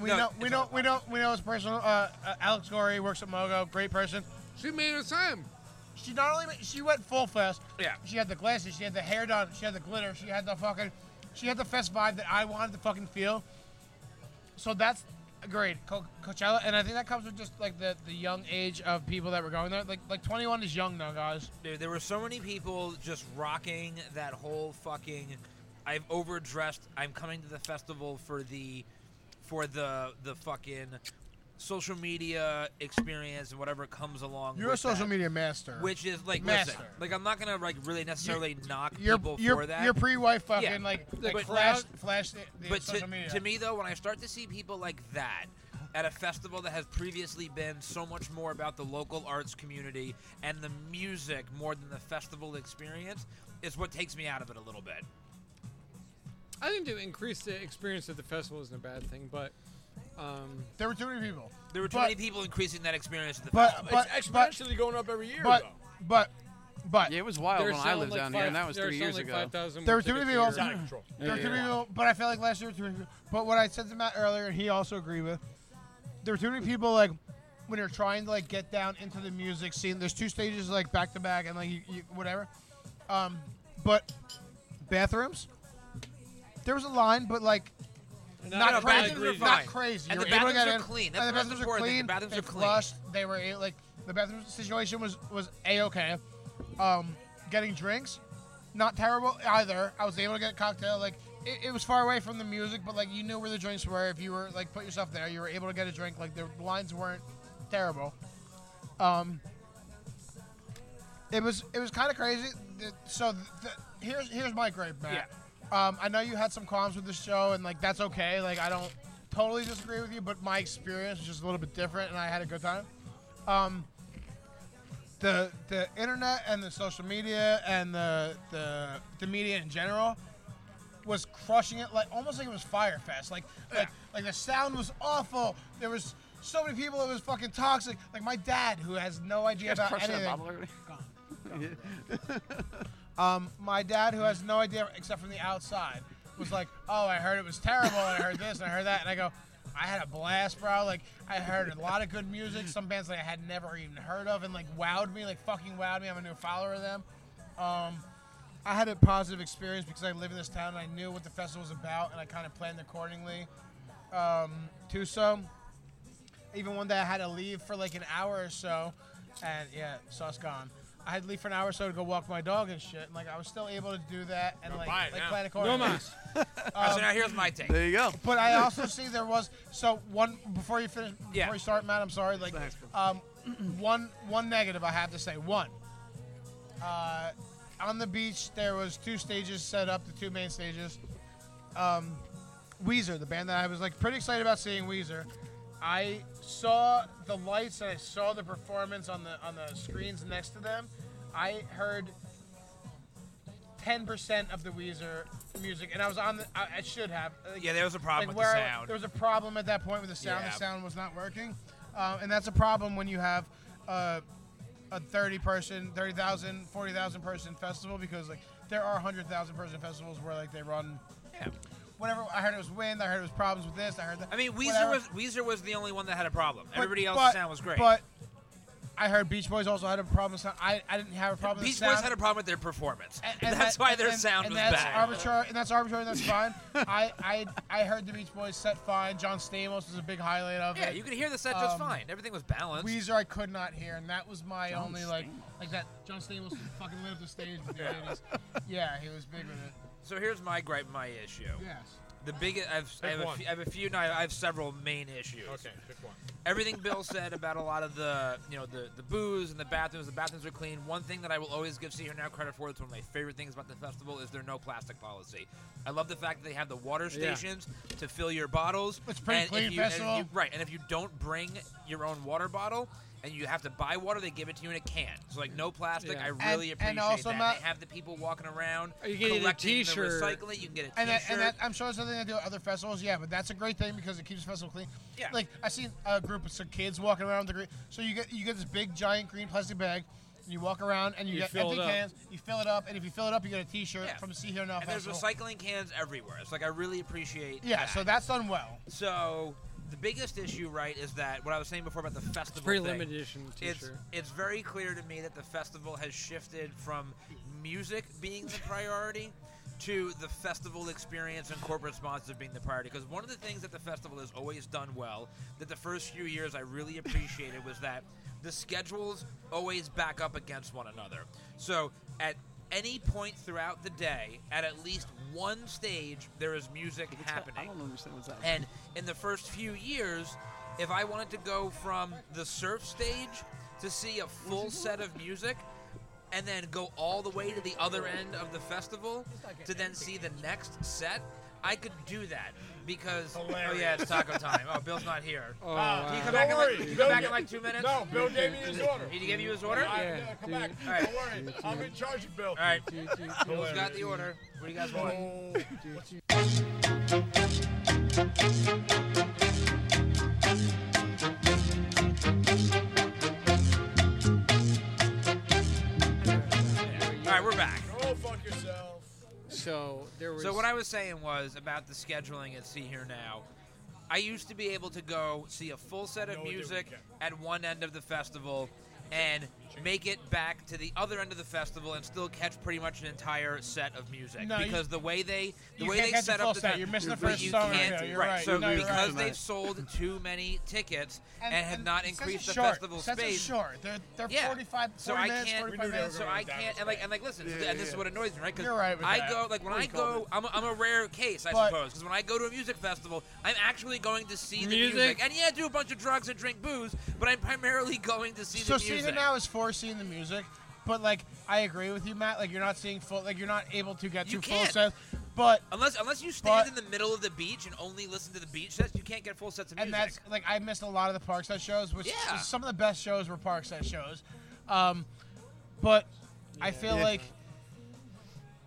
Speaker 4: We
Speaker 5: No,
Speaker 4: know,
Speaker 5: it's
Speaker 4: we know,
Speaker 5: not.
Speaker 4: we know, we know. It's personal. Uh, uh, Alex Gorey works at Mogo. Great person.
Speaker 7: She made us him.
Speaker 4: She not only she went full fest.
Speaker 5: Yeah.
Speaker 4: She had the glasses. She had the hair done. She had the glitter. She had the fucking. She had the fest vibe that I wanted to fucking feel. So that's great, Co- Coachella, and I think that comes with just like the the young age of people that were going there. Like like 21 is young now, guys.
Speaker 5: Dude, there were so many people just rocking that whole fucking. I've overdressed. I'm coming to the festival for the, for the the fucking, social media experience and whatever comes along.
Speaker 4: You're a
Speaker 5: with
Speaker 4: social
Speaker 5: that.
Speaker 4: media master.
Speaker 5: which is like
Speaker 4: Master.
Speaker 5: listen, like I'm not gonna like really necessarily knock
Speaker 4: you're
Speaker 5: people
Speaker 4: you're,
Speaker 5: for that.
Speaker 4: you're pre-wife fucking
Speaker 5: Yeah.
Speaker 4: like,
Speaker 5: But-
Speaker 4: like
Speaker 5: but-
Speaker 4: flash flash the, the
Speaker 5: but to,
Speaker 4: social media.
Speaker 5: to me though, when I start to see people like that at a festival that has previously been so much more about the local arts community and the music more than the festival experience, is what takes me out of it a little bit.
Speaker 6: I think to increase the experience at the festival isn't a bad thing, but um,
Speaker 4: there were too many people.
Speaker 5: There were too
Speaker 4: But-
Speaker 5: many people increasing that experience at the
Speaker 4: But
Speaker 5: festival.
Speaker 4: but
Speaker 3: it's
Speaker 4: but
Speaker 3: exponentially going up every year,
Speaker 4: but
Speaker 3: though.
Speaker 4: but but
Speaker 2: Yeah, it was wild
Speaker 6: they're
Speaker 2: Oh, when I
Speaker 6: selling
Speaker 2: lived
Speaker 6: like
Speaker 2: down
Speaker 6: five,
Speaker 2: here, and that was
Speaker 6: they're
Speaker 2: three years
Speaker 6: selling
Speaker 2: ago.
Speaker 6: like 5,000
Speaker 4: There were
Speaker 6: tickets
Speaker 4: too many
Speaker 6: a
Speaker 4: people.
Speaker 6: year.
Speaker 3: It's out of control.
Speaker 4: There were too many people, but I felt like last year. There were too many people. But what I said to Matt earlier, and he also agreed with, there were too many people like when you're trying to like get down into the music scene. There's two stages like back to back and like you, you, whatever. Um, but bathrooms, there was a line, but like
Speaker 6: And
Speaker 4: not,
Speaker 6: I- I
Speaker 4: crazy,
Speaker 6: agree.
Speaker 5: with
Speaker 4: not
Speaker 5: you.
Speaker 4: crazy.
Speaker 5: And
Speaker 4: You
Speaker 5: the
Speaker 4: were able to
Speaker 5: bathrooms
Speaker 4: get
Speaker 5: are
Speaker 4: in,
Speaker 5: clean. That's
Speaker 4: And the
Speaker 5: the most
Speaker 4: bathrooms are
Speaker 5: important thing.
Speaker 4: clean.
Speaker 5: The bathrooms
Speaker 4: they
Speaker 5: are clean.
Speaker 4: flushed. They were eh, like the bathroom situation was was a okay. Um, getting drinks, not terrible either. I was able to get a cocktail. Like it, it was far away from the music, but like you knew where the drinks were. If you were like put yourself there, you were able to get a drink. Like the lines weren't terrible. Um, it was it was kind of crazy. The- So th th here's here's my gripe, Matt. Um, I know you had some qualms with the show, and like that's okay. Like I don't totally disagree with you, but my experience was just a little bit different, and I had a good time. Um, the the internet and the social media and the the, the media in general was crushing it like almost like it was Firefest. Like like like the sound was awful. There was so many people. It was fucking toxic. Like my dad, who has no idea about
Speaker 2: Crushing that
Speaker 4: anything.
Speaker 2: bottle already.
Speaker 4: Um, my dad, who has no idea except from the outside, was like, "Oh, I heard it was terrible, and I heard this, and I heard that," and I go, "I had a blast, bro! Like, I heard a lot of good music, some bands that I had never even heard of, and like wowed me, like fucking wowed me. I'm a new follower of them. Um, I had a positive experience because I live in this town, and I knew what the festival was about, and I kind of planned accordingly. Um, too so. Even one day I had to leave for like an hour or so, and yeah, sauce gone. I had to leave for an hour or so to go walk my dog and shit. And like I was still able to do that and like,
Speaker 3: buy it
Speaker 4: like
Speaker 3: now.
Speaker 4: plan
Speaker 6: No
Speaker 4: accordingly.
Speaker 6: mas.
Speaker 5: so
Speaker 4: um,
Speaker 5: now here's my take.
Speaker 2: There you go.
Speaker 4: But I also see there was so one before you finish before
Speaker 5: Yeah.
Speaker 4: you start, Matt. I'm sorry. Like,
Speaker 2: Thanks,
Speaker 4: um, one one negative I have to say one. Uh, on the beach there was two stages set up, the two main stages. Um, Weezer, the band that I was like pretty excited about seeing Weezer. I saw the lights and I saw the performance on the on the screens next to them. I heard ten percent of the Weezer music, and I was on the. I, I should have. like,
Speaker 5: Yeah, there was a problem
Speaker 4: like
Speaker 5: with
Speaker 4: where
Speaker 5: the
Speaker 4: I-
Speaker 5: sound.
Speaker 4: there was a problem at that point with the sound.
Speaker 5: Yeah.
Speaker 4: The sound was not working, um, and that's a problem when you have uh, a 30 person, 30,000, 40,000 person festival because like there are 100,000 person festivals where like they run.
Speaker 5: Yeah.
Speaker 4: Whatever I heard it was wind. I heard it was problems with this. I heard that.
Speaker 5: I mean, Weezer
Speaker 4: whatever.
Speaker 5: was Weezer was the only one that had a problem.
Speaker 4: But-
Speaker 5: Everybody else's
Speaker 4: but-
Speaker 5: sound was great.
Speaker 4: But I heard Beach Boys also had a problem with sound. I, I didn't have a problem with
Speaker 5: Beach
Speaker 4: sound.
Speaker 5: Boys had a problem with their performance.
Speaker 4: And- and
Speaker 5: that's
Speaker 4: that-
Speaker 5: why their
Speaker 4: and-
Speaker 5: sound
Speaker 4: and
Speaker 5: was
Speaker 4: that's
Speaker 5: bad.
Speaker 4: Arbitrary, and that's arbitrary. That's fine. I, I I heard the Beach Boys set fine. John Stamos was a big highlight of
Speaker 5: Yeah,
Speaker 4: it.
Speaker 5: you could hear the set just
Speaker 4: Um,
Speaker 5: fine. Everything was balanced.
Speaker 4: Weezer I could not hear, and that was my
Speaker 2: John
Speaker 4: only like
Speaker 2: Stamos.
Speaker 4: like that. John Stamos fucking lived the stage with the 80s. Yeah, he was big with it.
Speaker 5: so here's my gripe, my issue.
Speaker 4: Yes.
Speaker 5: The biggest, I've, I,
Speaker 3: Pick
Speaker 5: have a
Speaker 3: one.
Speaker 5: few, I have a few, no, I have several main issues.
Speaker 3: Okay, pick one.
Speaker 5: Everything Bill said about a lot of the, you know, the the booze and the bathrooms. The bathrooms are clean. One thing that I will always give See Here Now credit for. It's one of my favorite things about the festival is their no plastic policy. I love the fact that they have the water
Speaker 6: Yeah.
Speaker 5: stations to fill your bottles.
Speaker 4: It's pretty
Speaker 5: and if
Speaker 4: clean
Speaker 5: you- and if
Speaker 4: festival.
Speaker 5: you- right, and if you don't bring your own water bottle, and you have to buy water. They give it to you in a can. So like no plastic.
Speaker 6: Yeah.
Speaker 5: I
Speaker 6: And-
Speaker 5: really
Speaker 4: and
Speaker 5: appreciate
Speaker 4: also
Speaker 5: that.
Speaker 4: not-
Speaker 5: they have the people walking around
Speaker 6: Or you get a
Speaker 5: collecting
Speaker 6: t-shirt.
Speaker 5: the recycling. You can get a T-shirt.
Speaker 4: And, that, and that, I'm sure it's something they do at other festivals. Yeah, but that's a great thing because it keeps the festival clean.
Speaker 5: Yeah.
Speaker 4: Like I seen a group of some kids walking around with the green. So you get you get this big giant green plastic bag. And you walk around and you,
Speaker 6: You
Speaker 4: get
Speaker 6: fill
Speaker 4: empty
Speaker 6: it up.
Speaker 4: cans. You fill it up, and if you fill it up, you get a T-shirt
Speaker 5: Yeah.
Speaker 4: from See Here Now
Speaker 5: And there's
Speaker 4: uh, Festival.
Speaker 5: recycling cans everywhere. It's like I really appreciate.
Speaker 4: yeah,
Speaker 5: that.
Speaker 4: so that's done well.
Speaker 5: So the biggest issue, right, is that what I was saying before about the festival.
Speaker 6: Pretty
Speaker 5: thing.
Speaker 6: limited edition T-shirt.
Speaker 5: It's it's very clear to me that the festival has shifted from music being the priority to the festival experience and corporate sponsors being the priority. Because one of the things that the festival has always done well, that the first few years I really appreciated, was that the schedules always back up against one another. So at any point throughout the day, at at least one stage, there is music happening.
Speaker 2: I don't understand what's happening.
Speaker 5: And in the first few years, if I wanted to go from the surf stage to see a full set of music and then go all the way to the other end of the festival to then see the next set, I could do that because oh yeah, it's taco time. Oh, Bill's not here.
Speaker 6: Oh,
Speaker 3: Ah,
Speaker 5: Can you come
Speaker 6: wow.
Speaker 3: Don't
Speaker 5: back in like,
Speaker 3: worry,
Speaker 5: can you
Speaker 3: Bill
Speaker 5: come back
Speaker 3: get-
Speaker 5: in like two minutes?
Speaker 3: No, Bill gave me his order.
Speaker 5: Did he give you his order?
Speaker 3: I-
Speaker 5: All
Speaker 6: Yeah.
Speaker 3: uh, come
Speaker 6: dude.
Speaker 3: back.
Speaker 5: All right.
Speaker 3: Don't worry. I'm in charge of Bill.
Speaker 5: right,
Speaker 6: Dude, dude, dude.
Speaker 5: Bill's got the order. What do you guys want?
Speaker 3: Oh,
Speaker 5: All right, we're back.
Speaker 3: go fuck yourself.
Speaker 6: So there was.
Speaker 5: So what I was saying was about the scheduling at See Here Now. I used to be able to go see a full set of
Speaker 3: No, it didn't
Speaker 5: music
Speaker 3: count.
Speaker 5: at one end of the festival and make it back to the other end of the festival and still catch pretty much an entire set set of music
Speaker 4: No, you-
Speaker 5: because the way they the
Speaker 4: you
Speaker 5: way
Speaker 4: can't
Speaker 5: they
Speaker 4: catch a
Speaker 5: set
Speaker 4: full
Speaker 5: up the
Speaker 4: set.
Speaker 5: time-
Speaker 4: You're missing the
Speaker 5: But
Speaker 4: first
Speaker 5: you
Speaker 4: song.
Speaker 5: can't-
Speaker 4: Yeah, you're
Speaker 5: right.
Speaker 4: right.
Speaker 5: So
Speaker 4: No, you're
Speaker 5: because
Speaker 4: right.
Speaker 5: they've sold too many tickets and, have not
Speaker 4: sets are
Speaker 5: increased the
Speaker 4: short.
Speaker 5: festival
Speaker 4: sets are
Speaker 5: space,
Speaker 4: short. They're, they're
Speaker 5: yeah.
Speaker 4: 45, 40
Speaker 5: so I
Speaker 4: minutes,
Speaker 5: can't.
Speaker 4: 45 minutes.
Speaker 5: So I can't. And like, and like, listen. and this is what annoys me, right? 'Cause
Speaker 4: You're right with
Speaker 5: I
Speaker 4: that.
Speaker 5: go like when I go, I'm a, I'm a rare case, I
Speaker 4: But-
Speaker 5: suppose, because when I go to a music festival, I'm actually going to see the
Speaker 6: Music?
Speaker 5: music. And yeah, I do a bunch of drugs and drink booze, but I'm primarily going to see
Speaker 4: So
Speaker 5: the music.
Speaker 4: season now is for seeing the music, but like I agree with you, Matt. Like you're not seeing full, like you're not able to get
Speaker 5: You
Speaker 4: to full
Speaker 5: can't.
Speaker 4: sets. But
Speaker 5: Unless, unless you stand
Speaker 4: But-
Speaker 5: in the middle of the beach and only listen to the beach sets, you can't get full sets of
Speaker 4: and
Speaker 5: music.
Speaker 4: that's like I missed a lot of the park set shows, which
Speaker 5: Yeah.
Speaker 4: some of the best shows were park set shows. Um, but I feel like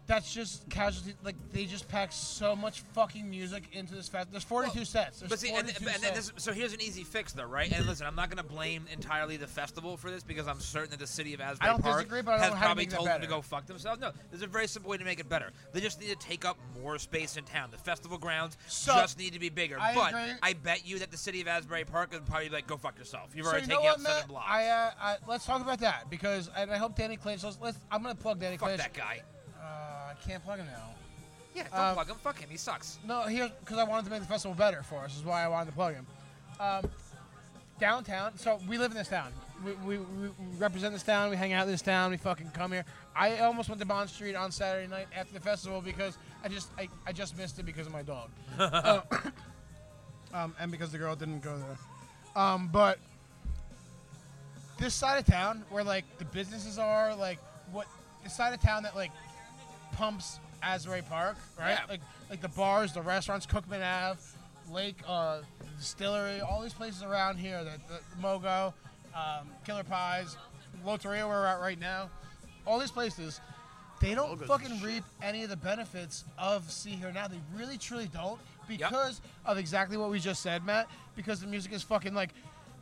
Speaker 4: that's just casualty. Like they just pack so much fucking music into this fest. There's 42 sets. There's
Speaker 5: But see, and,
Speaker 4: 42
Speaker 5: but- and then
Speaker 4: sets.
Speaker 5: this, so here's an easy fix, though, right? And listen, I'm not going to blame entirely the festival for this because I'm certain that the city of Asbury
Speaker 4: I don't
Speaker 5: Park
Speaker 4: disagree, but I don't
Speaker 5: has
Speaker 4: know how to
Speaker 5: probably
Speaker 4: make that
Speaker 5: told them to
Speaker 4: better.
Speaker 5: go fuck themselves. No, there's a very simple way to make it better. They just need to take up more space in town. The festival grounds
Speaker 4: So,
Speaker 5: just need to be bigger.
Speaker 4: I
Speaker 5: but
Speaker 4: agree.
Speaker 5: I bet you that the city of Asbury Park would probably be like, go fuck yourself. You've
Speaker 4: So
Speaker 5: already
Speaker 4: you know
Speaker 5: taken
Speaker 4: what,
Speaker 5: up seven
Speaker 4: Matt?
Speaker 5: blocks.
Speaker 4: I, uh, I let's talk about that because, and I hope Danny Clinch. Let's, let's I'm gonna plug Danny
Speaker 5: fuck
Speaker 4: Clinch.
Speaker 5: that guy.
Speaker 4: Uh, I can't plug him now.
Speaker 5: Yeah, don't
Speaker 4: Um,
Speaker 5: plug him. Fuck him. He sucks.
Speaker 4: No, here because I wanted to make the festival better for us. Is why I wanted to plug him. Um, downtown. So we live in this town. We, we, we represent this town. We hang out in this town. We fucking come here. I almost went to Bond Street on Saturday night after the festival because I just I, I just missed it because of my dog, Uh, um, and because the girl didn't go there. Um, but this side of town where like the businesses are, like what the side of town that like pumps Asbury Park, right?
Speaker 5: Yeah.
Speaker 4: Like like the bars, the restaurants, Cookman Ave, Lake uh, Distillery, all these places around here, the, the Mogo, um, Killer Pies, Loteria where we're at right now, all these places. They don't
Speaker 2: Mogo's the
Speaker 4: fucking
Speaker 2: shit.
Speaker 4: reap any of the benefits of See Here Now. They really, truly don't because of exactly what we just said, Matt. Because the music is fucking like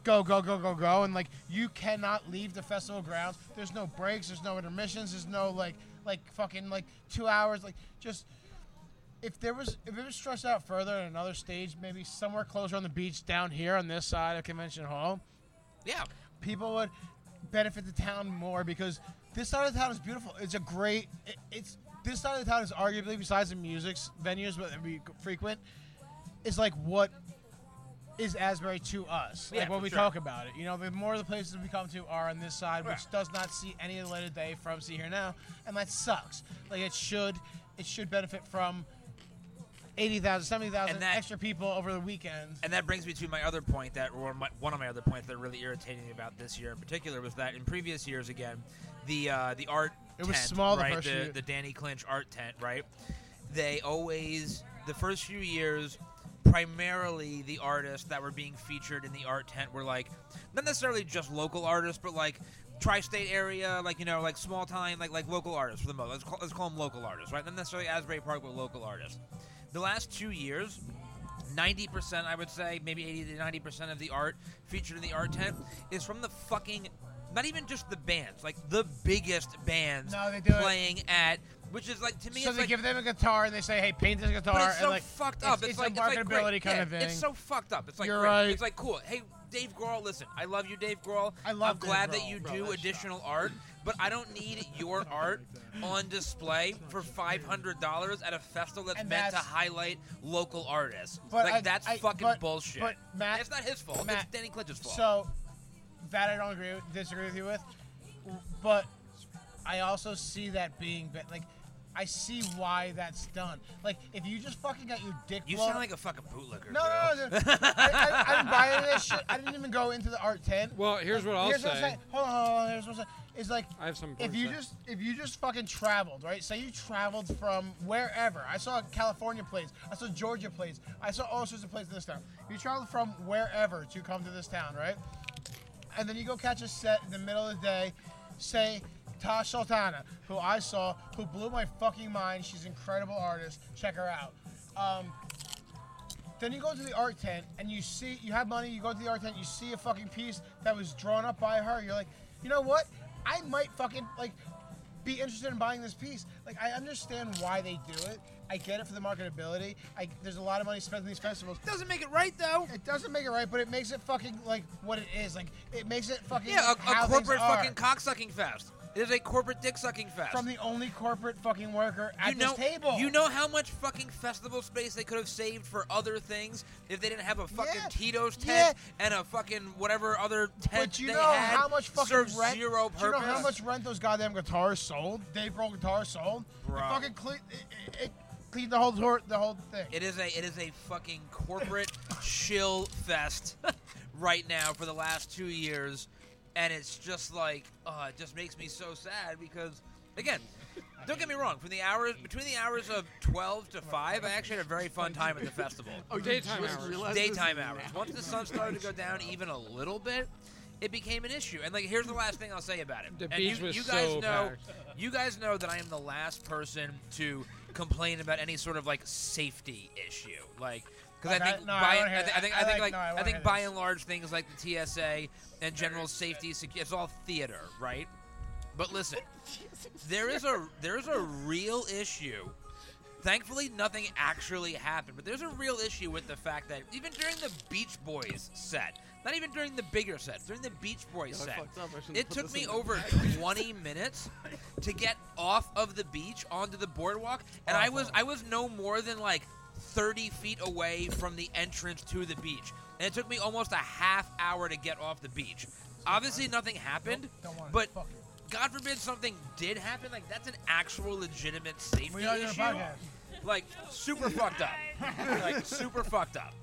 Speaker 4: go, go, go, go, go, and like you cannot leave the festival grounds. There's no breaks. There's no intermissions. There's no like like fucking like two hours. Like just if there was if it was stretched out further in another stage, maybe somewhere closer on the beach down here on this side of Convention Hall,
Speaker 5: Yeah.
Speaker 4: people would benefit the town more because this side of the town is beautiful. It's a great. It, it's this side of the town is arguably, besides the music's venues that we frequent, is like what is Asbury to us. Like
Speaker 5: Yeah,
Speaker 4: when
Speaker 5: for
Speaker 4: we
Speaker 5: sure.
Speaker 4: talk about it, you know, the more the places we come to are on this side, which
Speaker 5: Yeah.
Speaker 4: does not see any of the light of day from See Here Now, and that sucks. Like it should, it should benefit from. 80,000, 70,000
Speaker 5: And that-
Speaker 4: extra people over the weekend.
Speaker 5: And that brings me to my other point that, or my, one of my other points that really irritated me about this year in particular was that in previous years, again, the uh, the art
Speaker 4: It was
Speaker 5: tent,
Speaker 4: small the
Speaker 5: right?
Speaker 4: first
Speaker 5: the,
Speaker 4: year.
Speaker 5: the Danny Clinch art tent, right? They always the first few years primarily the artists that were being featured in the art tent were like not necessarily just local artists, but like tri-state area, like you know, like small time, like like local artists for the most. Let's call, let's call them local artists, right? Not necessarily Asbury Park, but local artists. The last two years, ninety percent, I would say, maybe eighty to ninety percent of the art featured in the art tent is from the fucking. Not even just the bands, like the biggest bands
Speaker 4: No, they do it.
Speaker 5: playing at, which is like to me.
Speaker 4: So
Speaker 5: it's
Speaker 4: they
Speaker 5: like,
Speaker 4: give them a guitar and they say, "Hey, paint this guitar."
Speaker 5: but it's
Speaker 4: and
Speaker 5: so
Speaker 4: like,
Speaker 5: fucked
Speaker 4: it's-
Speaker 5: up. It's,
Speaker 4: It's,
Speaker 5: like
Speaker 4: like
Speaker 5: it's like,
Speaker 4: marketability
Speaker 5: great.
Speaker 4: kind
Speaker 5: yeah,
Speaker 4: of thing.
Speaker 5: It's so fucked up. It's like
Speaker 4: You're
Speaker 5: great.
Speaker 4: right.
Speaker 5: It's like cool. Hey, Dave Grohl, listen, I love you, Dave Grohl.
Speaker 4: I love
Speaker 5: I'm
Speaker 4: Dave
Speaker 5: glad
Speaker 4: Grohl.
Speaker 5: that you
Speaker 4: Bro,
Speaker 5: do
Speaker 4: that's
Speaker 5: additional art, but I don't need your art on display for five hundred dollars at a festival that's
Speaker 4: And
Speaker 5: meant to
Speaker 4: that's-
Speaker 5: highlight local artists.
Speaker 4: But
Speaker 5: like
Speaker 4: I-
Speaker 5: that's
Speaker 4: I-
Speaker 5: fucking
Speaker 4: but-
Speaker 5: bullshit.
Speaker 4: but Matt-
Speaker 5: it's not his fault.
Speaker 4: Matt,
Speaker 5: it's Danny Clinch's fault.
Speaker 4: So that I don't agree with, disagree with you with, but I also see that being ba- like I see why that's done. Like if you just fucking got your dick
Speaker 5: you
Speaker 4: blown.
Speaker 5: sound like a fucking bootlicker.
Speaker 4: no,
Speaker 5: bro.
Speaker 4: no, no. no. I, I, I'm buying this shit. I didn't even go into the art tent.
Speaker 6: Well, here's what I'll
Speaker 4: here's
Speaker 6: say.
Speaker 4: what I'm saying. Hold on, hold on. Here's what I'm saying. It's like
Speaker 6: I have some
Speaker 4: if
Speaker 6: important
Speaker 4: you
Speaker 6: stuff.
Speaker 4: just if you just fucking traveled, right? Say you traveled from wherever. I saw California plays. I saw Georgia plays. I saw all sorts of plays in this town. You traveled from wherever to come to this town, right? And then you go catch a set in the middle of the day. Say Tash Sultana, who I saw, who blew my fucking mind. She's an incredible artist. Check her out. Um, then you go to the art tent and you see you have money. You go to the art tent, you see a fucking piece that was drawn up by her. You're like, you know what? I might fucking like be interested in buying this piece. Like I understand why they do it. I get it for the marketability. I, there's a lot of money spent on these festivals.
Speaker 5: doesn't make it right though.
Speaker 4: It doesn't make it right, but it makes it fucking like what it is. Like it makes it fucking
Speaker 5: Yeah, a,
Speaker 4: how
Speaker 5: a
Speaker 4: things
Speaker 5: corporate
Speaker 4: are.
Speaker 5: fucking cocksucking fest. It is a corporate dick sucking fest.
Speaker 4: from the only corporate fucking worker at
Speaker 5: you know,
Speaker 4: this table.
Speaker 5: You know how much fucking festival space they could have saved for other things if they didn't have a fucking
Speaker 4: Yeah.
Speaker 5: Tito's
Speaker 4: Yeah.
Speaker 5: tent and a fucking whatever other tent
Speaker 4: But you
Speaker 5: they
Speaker 4: know
Speaker 5: had
Speaker 4: how much fucking
Speaker 5: served
Speaker 4: rent?
Speaker 5: zero
Speaker 4: do you know
Speaker 5: purpose.
Speaker 4: how much rent those goddamn guitars sold? Dave Grohl guitars sold.
Speaker 5: Bro.
Speaker 4: It fucking cle- it, it, it cleaned the whole tour, the whole thing.
Speaker 5: It is a it is a fucking corporate chill fest right now for the last two years, and it's just like uh, it just makes me so sad because again, don't get me wrong. From the hours between the hours of twelve to five, I actually had a very fun time at the festival.
Speaker 2: Oh, you
Speaker 6: Daytime
Speaker 2: just
Speaker 6: hours.
Speaker 2: realized this
Speaker 5: Daytime
Speaker 2: is
Speaker 5: hours.
Speaker 2: now.
Speaker 5: Once the sun started to go down even a little bit, it became an issue. And like, here's the last thing I'll say about it.
Speaker 6: The
Speaker 5: and
Speaker 6: beach
Speaker 5: you,
Speaker 6: was
Speaker 5: you guys
Speaker 6: so
Speaker 5: know,
Speaker 6: packed.
Speaker 5: you guys know that I am the last person to complain about any sort of like safety issue, like. Because
Speaker 4: Okay,
Speaker 5: I think,
Speaker 4: no, I
Speaker 5: by,
Speaker 4: wanna hear
Speaker 5: I, thi-
Speaker 4: that.
Speaker 5: I think,
Speaker 4: I
Speaker 5: I think,
Speaker 4: like-
Speaker 5: like,
Speaker 4: no, I wanna
Speaker 5: I
Speaker 4: hear
Speaker 5: think, by
Speaker 4: this.
Speaker 5: and large, things like the TSA and general safety, secu- it's all theater, right? But listen, there is a there is a real issue. Thankfully, nothing actually happened, but there's a real issue with the fact that even during the Beach Boys set, not even during the bigger sets, during the Beach Boys
Speaker 2: I
Speaker 5: set,
Speaker 2: fucked up. I should've
Speaker 5: it
Speaker 2: put
Speaker 5: took
Speaker 2: this
Speaker 5: me
Speaker 2: in.
Speaker 5: over 20 minutes to get off of the beach onto the boardwalk, and I was
Speaker 2: Uh-huh.
Speaker 5: I was no more than like 30 feet away from the entrance to the beach, and it took me almost a half hour to get off the beach. Obviously, nothing happened,
Speaker 4: Don't wanna
Speaker 5: but
Speaker 4: fuck it.
Speaker 5: God forbid something did happen. Like that's an actual legitimate safety
Speaker 4: We are doing a
Speaker 5: issue.
Speaker 4: podcast.
Speaker 5: Like super fucked up. like super fucked up.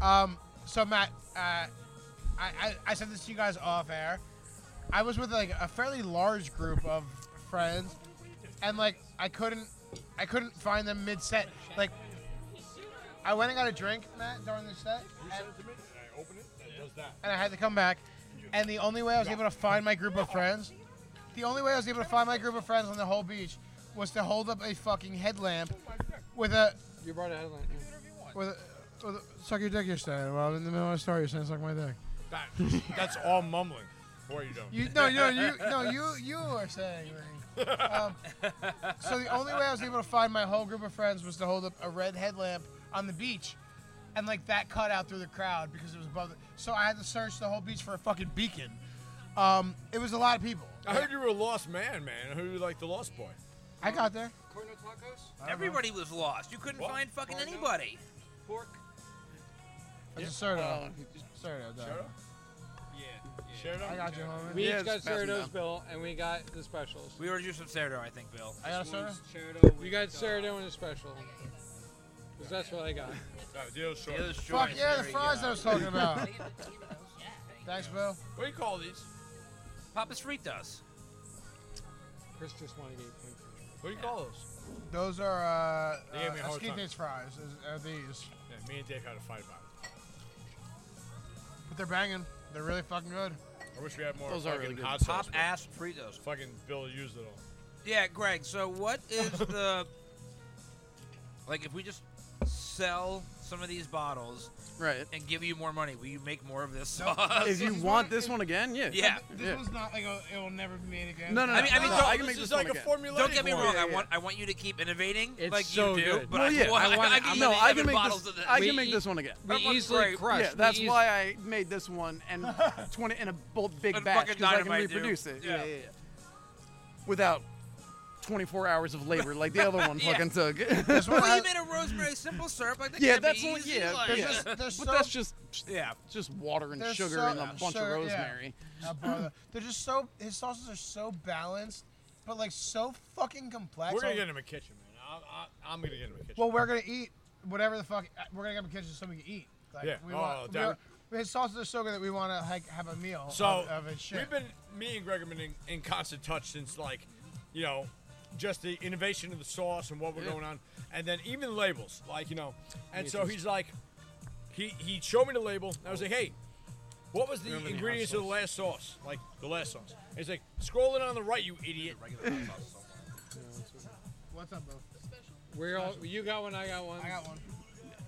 Speaker 4: Um, so Matt, uh, I, I I said this to you guys off air. I was with like a fairly large group of friends, and like I couldn't I couldn't find them mid set. Like I went and got a drink, Matt, during the set, and,
Speaker 3: I open it, and it does that.
Speaker 4: and I had to come back. And the only way I was able to find my group of friends, the only way I was able to find my group of friends on the whole beach was to hold up a fucking headlamp with a
Speaker 6: You brought a headline.
Speaker 4: with a, with a suck your dick you're saying. Well, I'm in the middle of a story, you're saying suck my dick.
Speaker 3: that that's all mumbling. Boy, you don't.
Speaker 4: You no, no, you no, you you are saying. Lee. Um, so the only way I was able to find my whole group of friends was to hold up a red headlamp on the beach, and like that cut out through the crowd because it was above. The, so I had to search the whole beach for a fucking beacon. Um, it was a lot of people.
Speaker 3: I heard you were a lost man, man. I heard you were like the lost boy.
Speaker 4: I got there.
Speaker 6: Corn tacos,
Speaker 5: Everybody was lost. You couldn't
Speaker 3: What?
Speaker 5: find fucking anybody.
Speaker 6: pork.
Speaker 4: It's a Serto.
Speaker 2: Uh,
Speaker 4: Serto, dude.
Speaker 3: Shut up. Yeah. Shut up.
Speaker 4: I got you, homie.
Speaker 6: We
Speaker 2: Yeah,
Speaker 6: each got
Speaker 2: just pass 'em
Speaker 6: Cerritos,
Speaker 2: down.
Speaker 6: Bill, and we got the specials.
Speaker 5: We were just some Cerdo, I think, Bill.
Speaker 4: I got a Serto.
Speaker 6: You got Cerrado and a special. 'Cause that's what I got.
Speaker 3: No, deal's short.
Speaker 5: It was
Speaker 4: Fuck
Speaker 5: short.
Speaker 4: yeah,
Speaker 5: There
Speaker 4: the
Speaker 5: we
Speaker 4: fries
Speaker 5: go.
Speaker 4: I was talking about. Thanks, Bill.
Speaker 3: What do you call these?
Speaker 5: Papa's fritas.
Speaker 6: Chris just wanted to eat pink.
Speaker 3: What do you call those?
Speaker 4: Those are uh,
Speaker 3: They gave me a
Speaker 4: uh
Speaker 3: hard time.
Speaker 4: skinny fries. Is- Are these?
Speaker 3: Yeah, Me and Dave had a fight about it.
Speaker 4: But they're banging. They're really fucking good.
Speaker 3: I wish we had more
Speaker 2: Those are
Speaker 3: fucking
Speaker 2: really good.
Speaker 3: hot sauce.
Speaker 5: Pop
Speaker 3: but
Speaker 5: ass Fritos.
Speaker 3: Fucking Bill used it all.
Speaker 5: Yeah, Greg. So what is the like if we just sell some of these bottles
Speaker 2: Right.
Speaker 5: and give you more money, will you make more of this sauce?
Speaker 2: If you
Speaker 4: this
Speaker 2: want
Speaker 4: one-
Speaker 2: this one again, yeah.
Speaker 5: Yeah.
Speaker 4: This
Speaker 2: Uh, Yeah.
Speaker 4: one's not like a, it will never be made again.
Speaker 2: No, no, no.
Speaker 5: I mean- I mean,
Speaker 2: no,
Speaker 5: don't-
Speaker 2: I can make
Speaker 3: this
Speaker 2: this
Speaker 3: is
Speaker 2: one
Speaker 3: like
Speaker 2: again.
Speaker 3: a formulated
Speaker 5: Don't get me
Speaker 3: one.
Speaker 5: wrong.
Speaker 2: Yeah,
Speaker 5: I
Speaker 2: yeah.
Speaker 5: want I want you to keep innovating
Speaker 6: It's
Speaker 5: like
Speaker 6: so
Speaker 5: you do,
Speaker 6: good.
Speaker 5: but
Speaker 2: Well,
Speaker 5: I,
Speaker 2: yeah,
Speaker 5: want-
Speaker 6: I wanna-
Speaker 5: I can
Speaker 6: I'm-
Speaker 5: eat
Speaker 2: no, I can
Speaker 5: seven
Speaker 2: make
Speaker 5: bottles
Speaker 2: this.
Speaker 5: of this.
Speaker 2: I
Speaker 6: We
Speaker 2: can make
Speaker 6: eat-
Speaker 2: this one again.
Speaker 6: We
Speaker 5: That one's
Speaker 6: easily
Speaker 5: great.
Speaker 6: crushed.
Speaker 2: Yeah, that's why I made this one and twenty in a bolt big
Speaker 5: And
Speaker 2: batch
Speaker 5: fucking
Speaker 2: because I can
Speaker 5: dynamite, dude.
Speaker 2: reproduce it. Yeah.
Speaker 5: Yeah.
Speaker 2: yeah, yeah, Without twenty-four hours of labor like the other one
Speaker 5: Yeah.
Speaker 2: fucking took.
Speaker 4: This one
Speaker 5: Well, you
Speaker 4: has,
Speaker 5: made a rosemary simple syrup. Like, that
Speaker 2: Yeah,
Speaker 5: can't
Speaker 2: that's
Speaker 5: be
Speaker 2: what-
Speaker 5: easy,
Speaker 2: yeah,
Speaker 5: like-
Speaker 4: there's
Speaker 2: yeah.
Speaker 4: just, there's
Speaker 2: but
Speaker 4: so,
Speaker 2: that's just
Speaker 5: yeah.
Speaker 2: just water and
Speaker 4: There's
Speaker 2: sugar
Speaker 4: so-
Speaker 2: and a
Speaker 5: uh,
Speaker 4: yeah,
Speaker 2: bunch
Speaker 4: sugar,
Speaker 2: of
Speaker 4: yeah.
Speaker 2: rosemary.
Speaker 4: Uh, brother, they're just so his sauces are so balanced, but like so fucking complex.
Speaker 3: We're gonna
Speaker 4: I'll-
Speaker 3: get him a kitchen, man. I'm, I- I'm gonna get him a kitchen.
Speaker 4: Well, we're gonna eat whatever the fuck. uh, We're gonna get up a kitchen so we can eat. Like,
Speaker 3: Yeah.
Speaker 4: We
Speaker 3: Oh,
Speaker 4: want, we
Speaker 3: that-
Speaker 4: are- his sauces are so good that we want to like have a meal.
Speaker 3: So
Speaker 4: of, of his shit.
Speaker 3: we've been me and Greg have been in, in constant touch since like, you know, just the innovation of the sauce and what we're
Speaker 2: Yeah.
Speaker 3: going on, and then even labels, like you know, and so he's like, he he showed me the label. And I was like, hey, what was the
Speaker 6: Remember the hot
Speaker 3: ingredients of the last sauce? Like the last sauce. And he's like, scrolling on the right, you idiot.
Speaker 4: What's up, bro?
Speaker 6: We're all, you got one, I got one.
Speaker 4: I got one.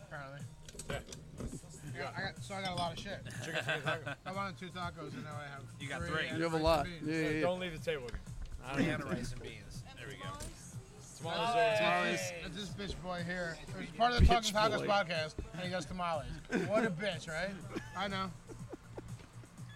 Speaker 4: Apparently.
Speaker 3: Yeah.
Speaker 4: I got, I got, so I got a lot of shit. I wanted two tacos, and now I have.
Speaker 5: You got three.
Speaker 4: and
Speaker 2: You have a
Speaker 4: rice and
Speaker 2: lot.
Speaker 4: beans.
Speaker 2: Yeah, yeah, yeah.
Speaker 3: Don't leave the table. again.
Speaker 5: Banana rice and beans. There we go.
Speaker 3: Tamales.
Speaker 4: Tamales. It's this bitch boy here. It's part of the Talking Tacos podcast, and he does tamales. What a bitch, right? I know.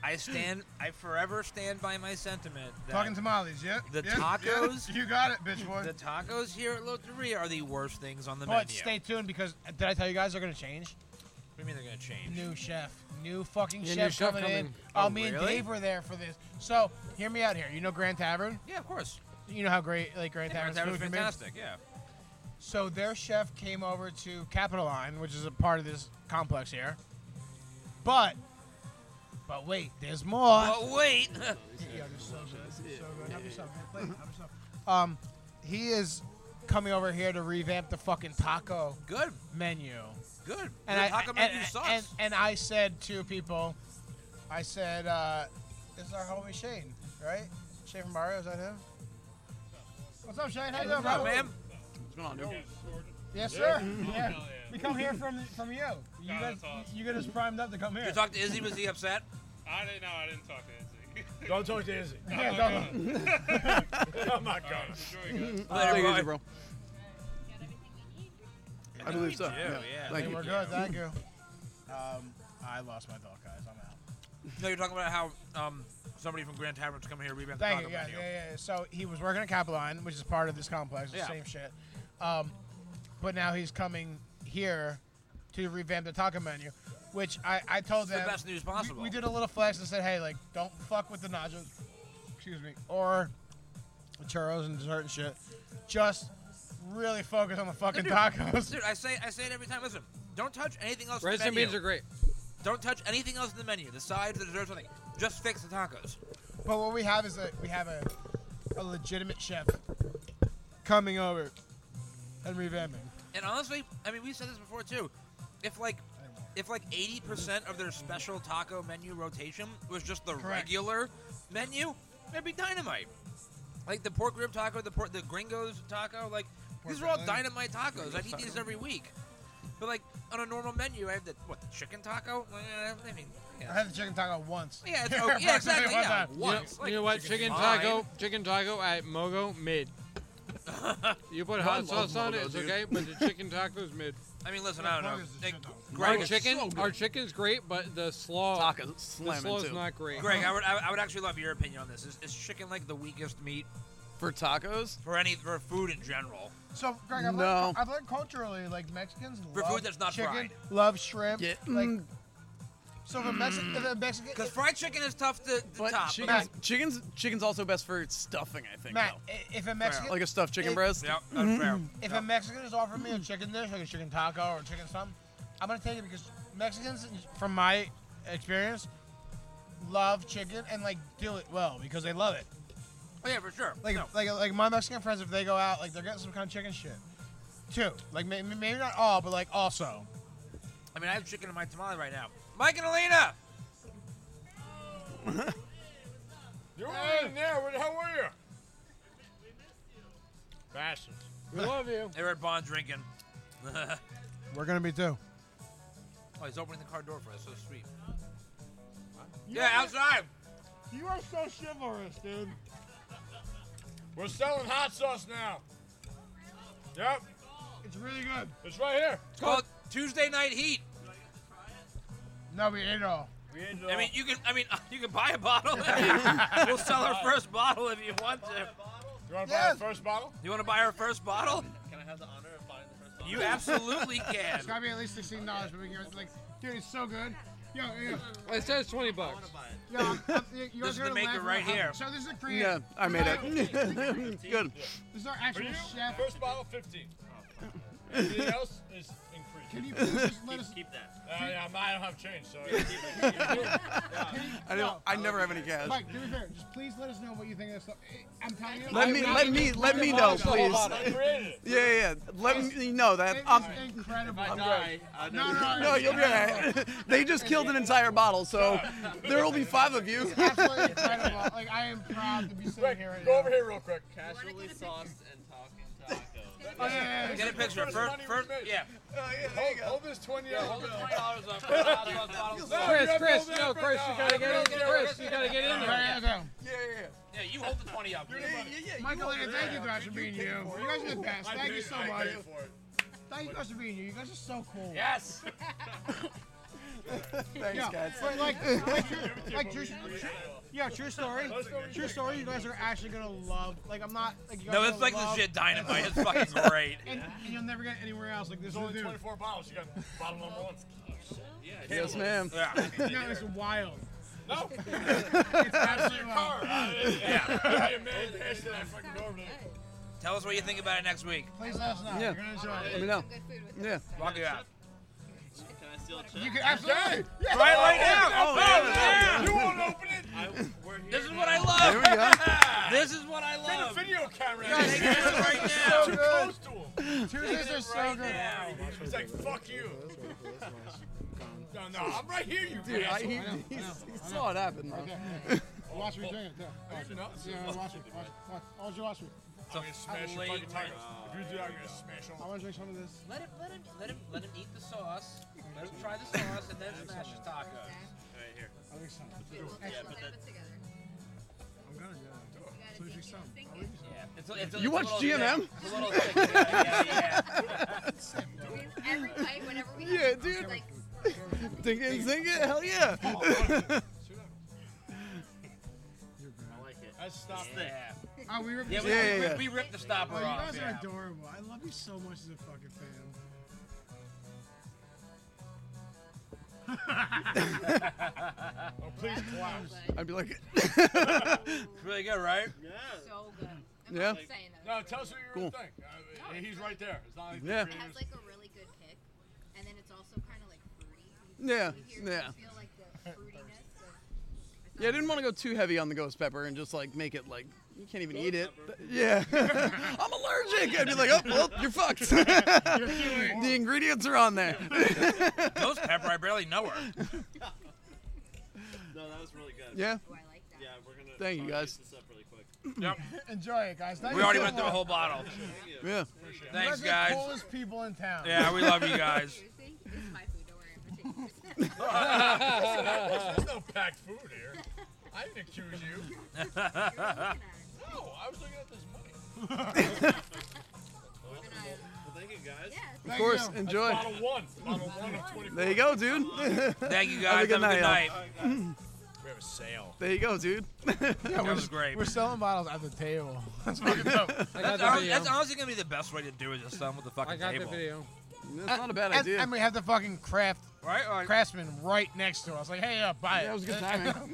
Speaker 5: I stand. I forever stand by my sentiment. That
Speaker 4: Talking tamales, yeah.
Speaker 5: The
Speaker 4: yeah,
Speaker 5: tacos?
Speaker 4: yeah. You got it, bitch boy.
Speaker 5: the tacos here at Loteria are the worst things on the
Speaker 4: But
Speaker 5: menu.
Speaker 4: stay tuned because uh, did I tell you guys they're gonna change?
Speaker 5: What do you mean they're gonna change?
Speaker 4: New chef, new fucking
Speaker 6: Yeah,
Speaker 4: chef,
Speaker 6: new chef
Speaker 4: coming, in.
Speaker 6: coming.
Speaker 4: Oh,
Speaker 5: Oh,
Speaker 4: me and
Speaker 5: really?
Speaker 4: Dave were there for this. So hear me out here. You know Grand Tavern.
Speaker 5: Yeah, of course.
Speaker 4: You know how great like Grand
Speaker 5: That
Speaker 4: Tavern's
Speaker 5: was
Speaker 4: food can be?
Speaker 5: fantastic. Yeah.
Speaker 4: So their chef came over to Capitoline, which is a part of this complex here. But, but wait, there's more.
Speaker 5: But wait.
Speaker 4: Yeah, they're so good. So good. Help yourself, man. Please, help yourself. Um, he is coming over here to revamp the fucking taco
Speaker 5: good.
Speaker 4: menu.
Speaker 5: Good.
Speaker 4: And
Speaker 5: the
Speaker 4: I
Speaker 5: taco
Speaker 4: and,
Speaker 5: menu
Speaker 4: and-
Speaker 5: sucks.
Speaker 4: and- and I said to people, I said, uh, "This is our homie Shane, right? Shane from Mario, is that him? What's up, Shane? How you doing,
Speaker 5: What's up,
Speaker 4: brother?
Speaker 5: man?
Speaker 2: What's going on, dude?
Speaker 4: Yes, sir. Yeah. We come here from from you. You guys, you get us primed up to come here.
Speaker 5: You talked to Izzy. Was he upset?
Speaker 7: I didn't know. I didn't talk to Izzy.
Speaker 3: Don't talk to Izzy.
Speaker 4: Yeah, don't-
Speaker 3: Oh my
Speaker 7: All right,
Speaker 3: god.
Speaker 7: enjoy, guys.
Speaker 5: Later,
Speaker 2: Take it
Speaker 5: bro.
Speaker 2: easy, bro. I believe so.
Speaker 5: do, yeah.
Speaker 2: Thank
Speaker 4: Hey,
Speaker 2: you.
Speaker 4: we're good. Thank you. Um, I lost my thought, guys. I'm out.
Speaker 5: No, you're talking about how um somebody from Grand Tavern's coming here to revamp the
Speaker 4: Thank
Speaker 5: taco
Speaker 4: you. Yeah,
Speaker 5: menu.
Speaker 4: yeah, yeah, yeah. So he was working at Capline, which is part of this complex. It's
Speaker 5: Yeah.
Speaker 4: the same shit. Um, but now he's coming here to revamp the taco menu, which I, I told
Speaker 5: the
Speaker 4: them.
Speaker 5: best news
Speaker 4: we-
Speaker 5: possible.
Speaker 4: We, did a little flex and said, hey, like, don't fuck with the nachos, excuse me, or churros and dessert and shit. Just really focus on the fucking
Speaker 5: Dude,
Speaker 4: tacos.
Speaker 5: Dude, I say I say it every time. Listen, don't touch anything else.
Speaker 6: Rice
Speaker 5: in the
Speaker 6: and
Speaker 5: menu.
Speaker 6: beans are great.
Speaker 5: Don't touch anything else in the menu. The sides, the desserts, nothing. Just fix the tacos.
Speaker 4: But what we have is a we have a, a legitimate chef coming over and revamping.
Speaker 5: And honestly, I mean, we said this before too. If like, if like eighty percent of their special taco menu rotation was just the
Speaker 4: Correct.
Speaker 5: regular menu, that'd be dynamite. Like the pork rib taco, the por- the gringos taco, like these are all
Speaker 4: rib.
Speaker 5: dynamite tacos. I would eat these every week. But like on a normal menu, I have the what the chicken taco. Eh, I mean,
Speaker 4: I
Speaker 5: yeah,
Speaker 4: had the chicken taco once.
Speaker 5: yeah, it's, okay. yeah
Speaker 4: Approximately
Speaker 5: exactly.
Speaker 4: one time.
Speaker 5: Yeah,
Speaker 6: You know,
Speaker 5: once. like,
Speaker 6: you know what? Chicken
Speaker 5: fine.
Speaker 6: taco, chicken taco at Mogo mid. you put hot
Speaker 2: love
Speaker 6: sauce on it,
Speaker 2: Mogo,
Speaker 6: it's
Speaker 2: dude.
Speaker 6: okay, but the chicken taco's mid.
Speaker 5: I mean, listen, I don't know.
Speaker 4: Burgers is
Speaker 5: Like,
Speaker 4: shit, though.
Speaker 5: Greg,
Speaker 6: our
Speaker 5: it's
Speaker 6: chicken,
Speaker 2: so good.
Speaker 6: our chicken's great, but the slaw,
Speaker 2: Tacos
Speaker 6: the
Speaker 2: slamming
Speaker 6: slaw's
Speaker 2: too.
Speaker 6: not great.
Speaker 5: Greg, I would, I would- I would actually love your opinion on this. Is, is chicken like the weakest meat
Speaker 2: For tacos,
Speaker 5: for any for food in general?
Speaker 4: So, Greg, I've,
Speaker 2: No.
Speaker 4: learned, I've learned culturally, like Mexicans
Speaker 5: For
Speaker 4: love
Speaker 5: food that's not
Speaker 4: chicken,
Speaker 5: fried.
Speaker 4: love shrimp.
Speaker 2: yeah,
Speaker 4: Like,
Speaker 2: mm,
Speaker 4: so if a, Mexi- if a Mexican,
Speaker 5: Because fried chicken is tough to, to
Speaker 2: but
Speaker 5: top.
Speaker 2: chicken's, chicken's chicken's also best for stuffing, I think.
Speaker 4: Matt,
Speaker 2: though.
Speaker 4: i- if a Mexican,
Speaker 2: like a stuffed chicken
Speaker 4: It-
Speaker 2: breast. Mm.
Speaker 5: Yeah, that's fair.
Speaker 4: if a Mexican is offering me a chicken dish, like a chicken taco or chicken something, I'm gonna take it because Mexicans, from my experience, love chicken and like do it well because they love it.
Speaker 5: Oh, yeah, for sure.
Speaker 4: Like,
Speaker 5: No.
Speaker 4: like, like my Mexican friends, if they go out, like they're getting some kind of chicken shit, too. Like, may- maybe not all, but like also,
Speaker 5: I mean, I have chicken in my tamale right now. Mike and Elena.
Speaker 3: You were in there. Where the hell were you? Bastards.
Speaker 6: We love you.
Speaker 5: They were at Bond drinking. oh,
Speaker 4: We're gonna be too.
Speaker 5: he's opening the car door for us. So sweet. Yeah, outside.
Speaker 3: You are so chivalrous, dude. We're selling hot sauce now. Yep,
Speaker 4: It's really good.
Speaker 3: it's right here.
Speaker 5: It's called Tuesday Night Heat.
Speaker 4: No, we ate it all.
Speaker 3: We ain't
Speaker 5: I mean, you can. I mean, you can buy a bottle. and we'll sell our first bottle if you want to.
Speaker 3: you want to buy
Speaker 4: Yes.
Speaker 3: the first bottle?
Speaker 5: You want to buy our first bottle?
Speaker 8: Can I have the honor of buying the first bottle?
Speaker 5: You absolutely can.
Speaker 4: It's gotta be at least sixteen dollars, but we can get like, dude, it's so good. Yo, yo,
Speaker 6: It says 20
Speaker 8: I want
Speaker 6: bucks.
Speaker 8: to buy it.
Speaker 4: yo, I'm- I'm- you you
Speaker 5: This
Speaker 4: guys
Speaker 5: is
Speaker 4: are
Speaker 5: the
Speaker 4: gonna
Speaker 5: maker
Speaker 4: laugh
Speaker 5: right
Speaker 4: at how-
Speaker 5: here.
Speaker 4: So this is the creator.
Speaker 2: Yeah, I made it. Good.
Speaker 4: This is our
Speaker 3: For
Speaker 4: actual
Speaker 3: you,
Speaker 4: chef. Oh,
Speaker 3: first bottle, 15. Everything else is increased.
Speaker 4: Can you please just let us?
Speaker 8: Keep, keep that.
Speaker 3: Uh, yeah, I'm- I don't have change, so. yeah.
Speaker 2: I don't. I never have any cash.
Speaker 4: Mike, do me a favor. Just please let us know what you think of this. I'm telling you.
Speaker 2: Let
Speaker 4: I'm
Speaker 2: me.
Speaker 4: not-
Speaker 2: Let me. Let me know, please.
Speaker 3: I created it.
Speaker 2: Yeah, yeah. yeah. Let me know
Speaker 4: It
Speaker 2: that
Speaker 4: is
Speaker 2: I'm.
Speaker 4: incredible.
Speaker 8: I die. I
Speaker 4: No, no, no,
Speaker 2: No, you'll be alright. They just killed an entire bottle, so there will be five of you.
Speaker 4: Absolutely incredible. Like I am proud to be sitting
Speaker 3: Quick,
Speaker 4: here right
Speaker 3: go
Speaker 4: now.
Speaker 3: over here real quick.
Speaker 8: Casually sauced and talking tacos.
Speaker 4: Oh, yeah, yeah, yeah.
Speaker 5: Get a picture.
Speaker 3: First
Speaker 5: First,
Speaker 3: money we
Speaker 5: first
Speaker 3: made.
Speaker 5: yeah.
Speaker 3: Hold, hold this 20 out.
Speaker 5: Hold the twenty dollars off. for the bottle of bottles.
Speaker 3: No,
Speaker 6: Chris,
Speaker 3: you have
Speaker 6: Chris,
Speaker 3: build it
Speaker 6: no,
Speaker 3: up right
Speaker 6: Chris, you
Speaker 3: now.
Speaker 6: gotta
Speaker 3: I
Speaker 6: get
Speaker 3: built
Speaker 6: in
Speaker 3: it
Speaker 6: there.
Speaker 3: up.
Speaker 6: Chris, you gotta get in
Speaker 4: All
Speaker 6: there.
Speaker 4: right, okay.
Speaker 3: Yeah, yeah,
Speaker 5: Yeah, you hold the twenty up.
Speaker 3: yeah.
Speaker 4: Michael, Leah, thank you guys for being you. You guys are the best. Thank you so much. Thank you guys for being you. You guys are so cool.
Speaker 5: Yes.
Speaker 4: Yeah,
Speaker 2: Thanks, guys.
Speaker 4: but like, like, true- like true, true- yeah, true story. True story. You guys are actually gonna love. Like, I'm not. Like, you guys
Speaker 5: No,
Speaker 4: are
Speaker 5: it's
Speaker 4: gonna
Speaker 5: like
Speaker 4: love,
Speaker 5: legit dynamite. It's fucking great.
Speaker 4: And, and you'll never get anywhere else. Like,
Speaker 3: There's
Speaker 4: this is
Speaker 3: only
Speaker 4: dude.
Speaker 3: 24 bottles. You got bottle number one.
Speaker 2: Yes, ma'am.
Speaker 5: Yeah.
Speaker 4: No, it's wild.
Speaker 3: No.
Speaker 4: It's absolutely
Speaker 3: Car.
Speaker 4: wild.
Speaker 3: Yeah. I made it. Ashton, I fucking go over there.
Speaker 5: Tell us what you think about it next week.
Speaker 4: Please let us know.
Speaker 2: Yeah.
Speaker 4: You're gonna enjoy
Speaker 2: Let me
Speaker 4: it.
Speaker 2: know.
Speaker 9: Some good food with
Speaker 2: Yeah.
Speaker 5: Walk it out.
Speaker 8: Can I steal a chip?
Speaker 4: You can absolutely.
Speaker 5: Right, right now.
Speaker 3: Oh,
Speaker 5: Oh,
Speaker 3: yeah.
Speaker 5: yeah.
Speaker 3: You won't open it.
Speaker 8: I, we're here.
Speaker 5: This is what I
Speaker 2: There we
Speaker 5: love.
Speaker 2: go.
Speaker 5: This is what I
Speaker 3: Get a
Speaker 5: love.
Speaker 3: video camera.
Speaker 5: Take it out right now.
Speaker 3: Too close to him.
Speaker 4: Tuesdays are so
Speaker 5: Right
Speaker 4: good.
Speaker 5: now.
Speaker 3: He's like, fuck you. No, no, I'm right here, you
Speaker 2: Dude, I,
Speaker 3: asshole.
Speaker 2: he, he, he saw it happen. though.
Speaker 4: Yeah, Watch me drink it. Yeah, watch
Speaker 3: you
Speaker 4: me.
Speaker 3: nuts?
Speaker 4: Yeah, watch me. Watch, watch. I want you to watch me.
Speaker 3: I'm gonna smash your
Speaker 5: late
Speaker 3: fucking
Speaker 5: night.
Speaker 3: tires. If you do that, I'm gonna smash
Speaker 4: I
Speaker 3: them.
Speaker 4: want to drink some of this.
Speaker 5: Let him, let him, let him, let him eat the sauce. Let him try the sauce, and then smash his
Speaker 4: I
Speaker 5: tacos.
Speaker 4: think some.
Speaker 9: it. We'll
Speaker 4: Excellent.
Speaker 9: put it together.
Speaker 4: I'm gonna do it. So
Speaker 9: You gotta
Speaker 4: you
Speaker 9: sink
Speaker 4: some.
Speaker 9: it, sink
Speaker 4: I'll
Speaker 9: it.
Speaker 4: eat some.
Speaker 5: Yeah, it's a- it's a-
Speaker 2: You
Speaker 5: it's
Speaker 2: watch
Speaker 5: a little
Speaker 2: GMM?
Speaker 5: thick. It's a little thick. Yeah, yeah, yeah.
Speaker 9: I mean, Every bite, whenever we
Speaker 2: Yeah,
Speaker 9: have,
Speaker 2: dude.
Speaker 9: like,
Speaker 2: Think it, think it, hell yeah.
Speaker 8: I like it.
Speaker 3: That's stop
Speaker 5: Yeah,
Speaker 3: it.
Speaker 4: Oh, we were.
Speaker 5: yeah, we,
Speaker 2: Yeah, yeah, yeah.
Speaker 5: We, we ripped the stopper
Speaker 4: Oh, you
Speaker 5: off.
Speaker 4: guys
Speaker 5: yeah.
Speaker 4: are adorable. I love you so much as a fucking fan.
Speaker 3: Oh, please collapse.
Speaker 9: so
Speaker 2: I'd be like,
Speaker 5: Really good, right?
Speaker 8: Yeah.
Speaker 9: good. I'm
Speaker 2: Yeah.
Speaker 9: not saying that.
Speaker 3: No, tell us what you
Speaker 2: Cool.
Speaker 3: really think. Uh, he's right there. It's not like
Speaker 2: Yeah.
Speaker 9: It has like a really good kick, and then it's also kind of like fruity. You-
Speaker 2: Yeah,
Speaker 9: you hear-
Speaker 2: yeah.
Speaker 9: You feel like the fruitiness. Of,
Speaker 2: yeah, I didn't want to go too heavy on the ghost pepper and just like make it like, you can't even eat it. Yeah. I'm allergic. I'd be like, oh, well, you're fucked. the ingredients are on there.
Speaker 5: Ghost pepper, I barely know her.
Speaker 8: No, that was really good.
Speaker 2: yeah.
Speaker 9: oh, I like that.
Speaker 8: Yeah, we're gonna.
Speaker 2: Thank you,
Speaker 8: I'll
Speaker 2: guys.
Speaker 8: use This up really quick.
Speaker 5: Yep.
Speaker 4: Enjoy it, guys. Thank
Speaker 5: We
Speaker 4: you
Speaker 5: already
Speaker 4: so
Speaker 5: went through a
Speaker 4: much.
Speaker 5: whole bottle.
Speaker 8: Thank you.
Speaker 2: Yeah.
Speaker 8: Appreciate it.
Speaker 4: You
Speaker 5: Thanks,
Speaker 4: guys are the
Speaker 5: guys.
Speaker 4: coolest people in town.
Speaker 5: Yeah, we love you guys.
Speaker 9: Thank you. Thank you. This is my food. Don't worry, I'm not taking yours.
Speaker 3: There's no packed food here. I didn't accuse you.
Speaker 9: You're looking at it.
Speaker 3: No, I was looking at this money.
Speaker 8: Well, thank you, guys.
Speaker 9: Yeah, it's
Speaker 2: Of
Speaker 4: Thank
Speaker 2: course,
Speaker 4: you.
Speaker 2: enjoy.
Speaker 3: Bottle one. Bottle one of 24.
Speaker 2: There you go, dude.
Speaker 5: Thank you guys. Have a good night.
Speaker 2: y'all.
Speaker 3: We have a sale.
Speaker 2: there you go, dude.
Speaker 4: Yeah,
Speaker 5: That
Speaker 4: we're,
Speaker 5: was great.
Speaker 4: we're selling bottles at the table. That's fucking
Speaker 6: I got
Speaker 5: That's,
Speaker 6: the
Speaker 5: hon-
Speaker 6: video.
Speaker 5: that's honestly gonna be the best way to do it. Just sell 'em with the
Speaker 6: I
Speaker 5: fucking
Speaker 6: got the
Speaker 5: table.
Speaker 6: video.
Speaker 2: That's not a bad
Speaker 4: and,
Speaker 2: idea.
Speaker 4: and we have the fucking craft
Speaker 5: Right? All right.
Speaker 4: craftsman right next to us. Like, hey, yeah, buy it.
Speaker 2: yeah, it was good timing.
Speaker 4: Tell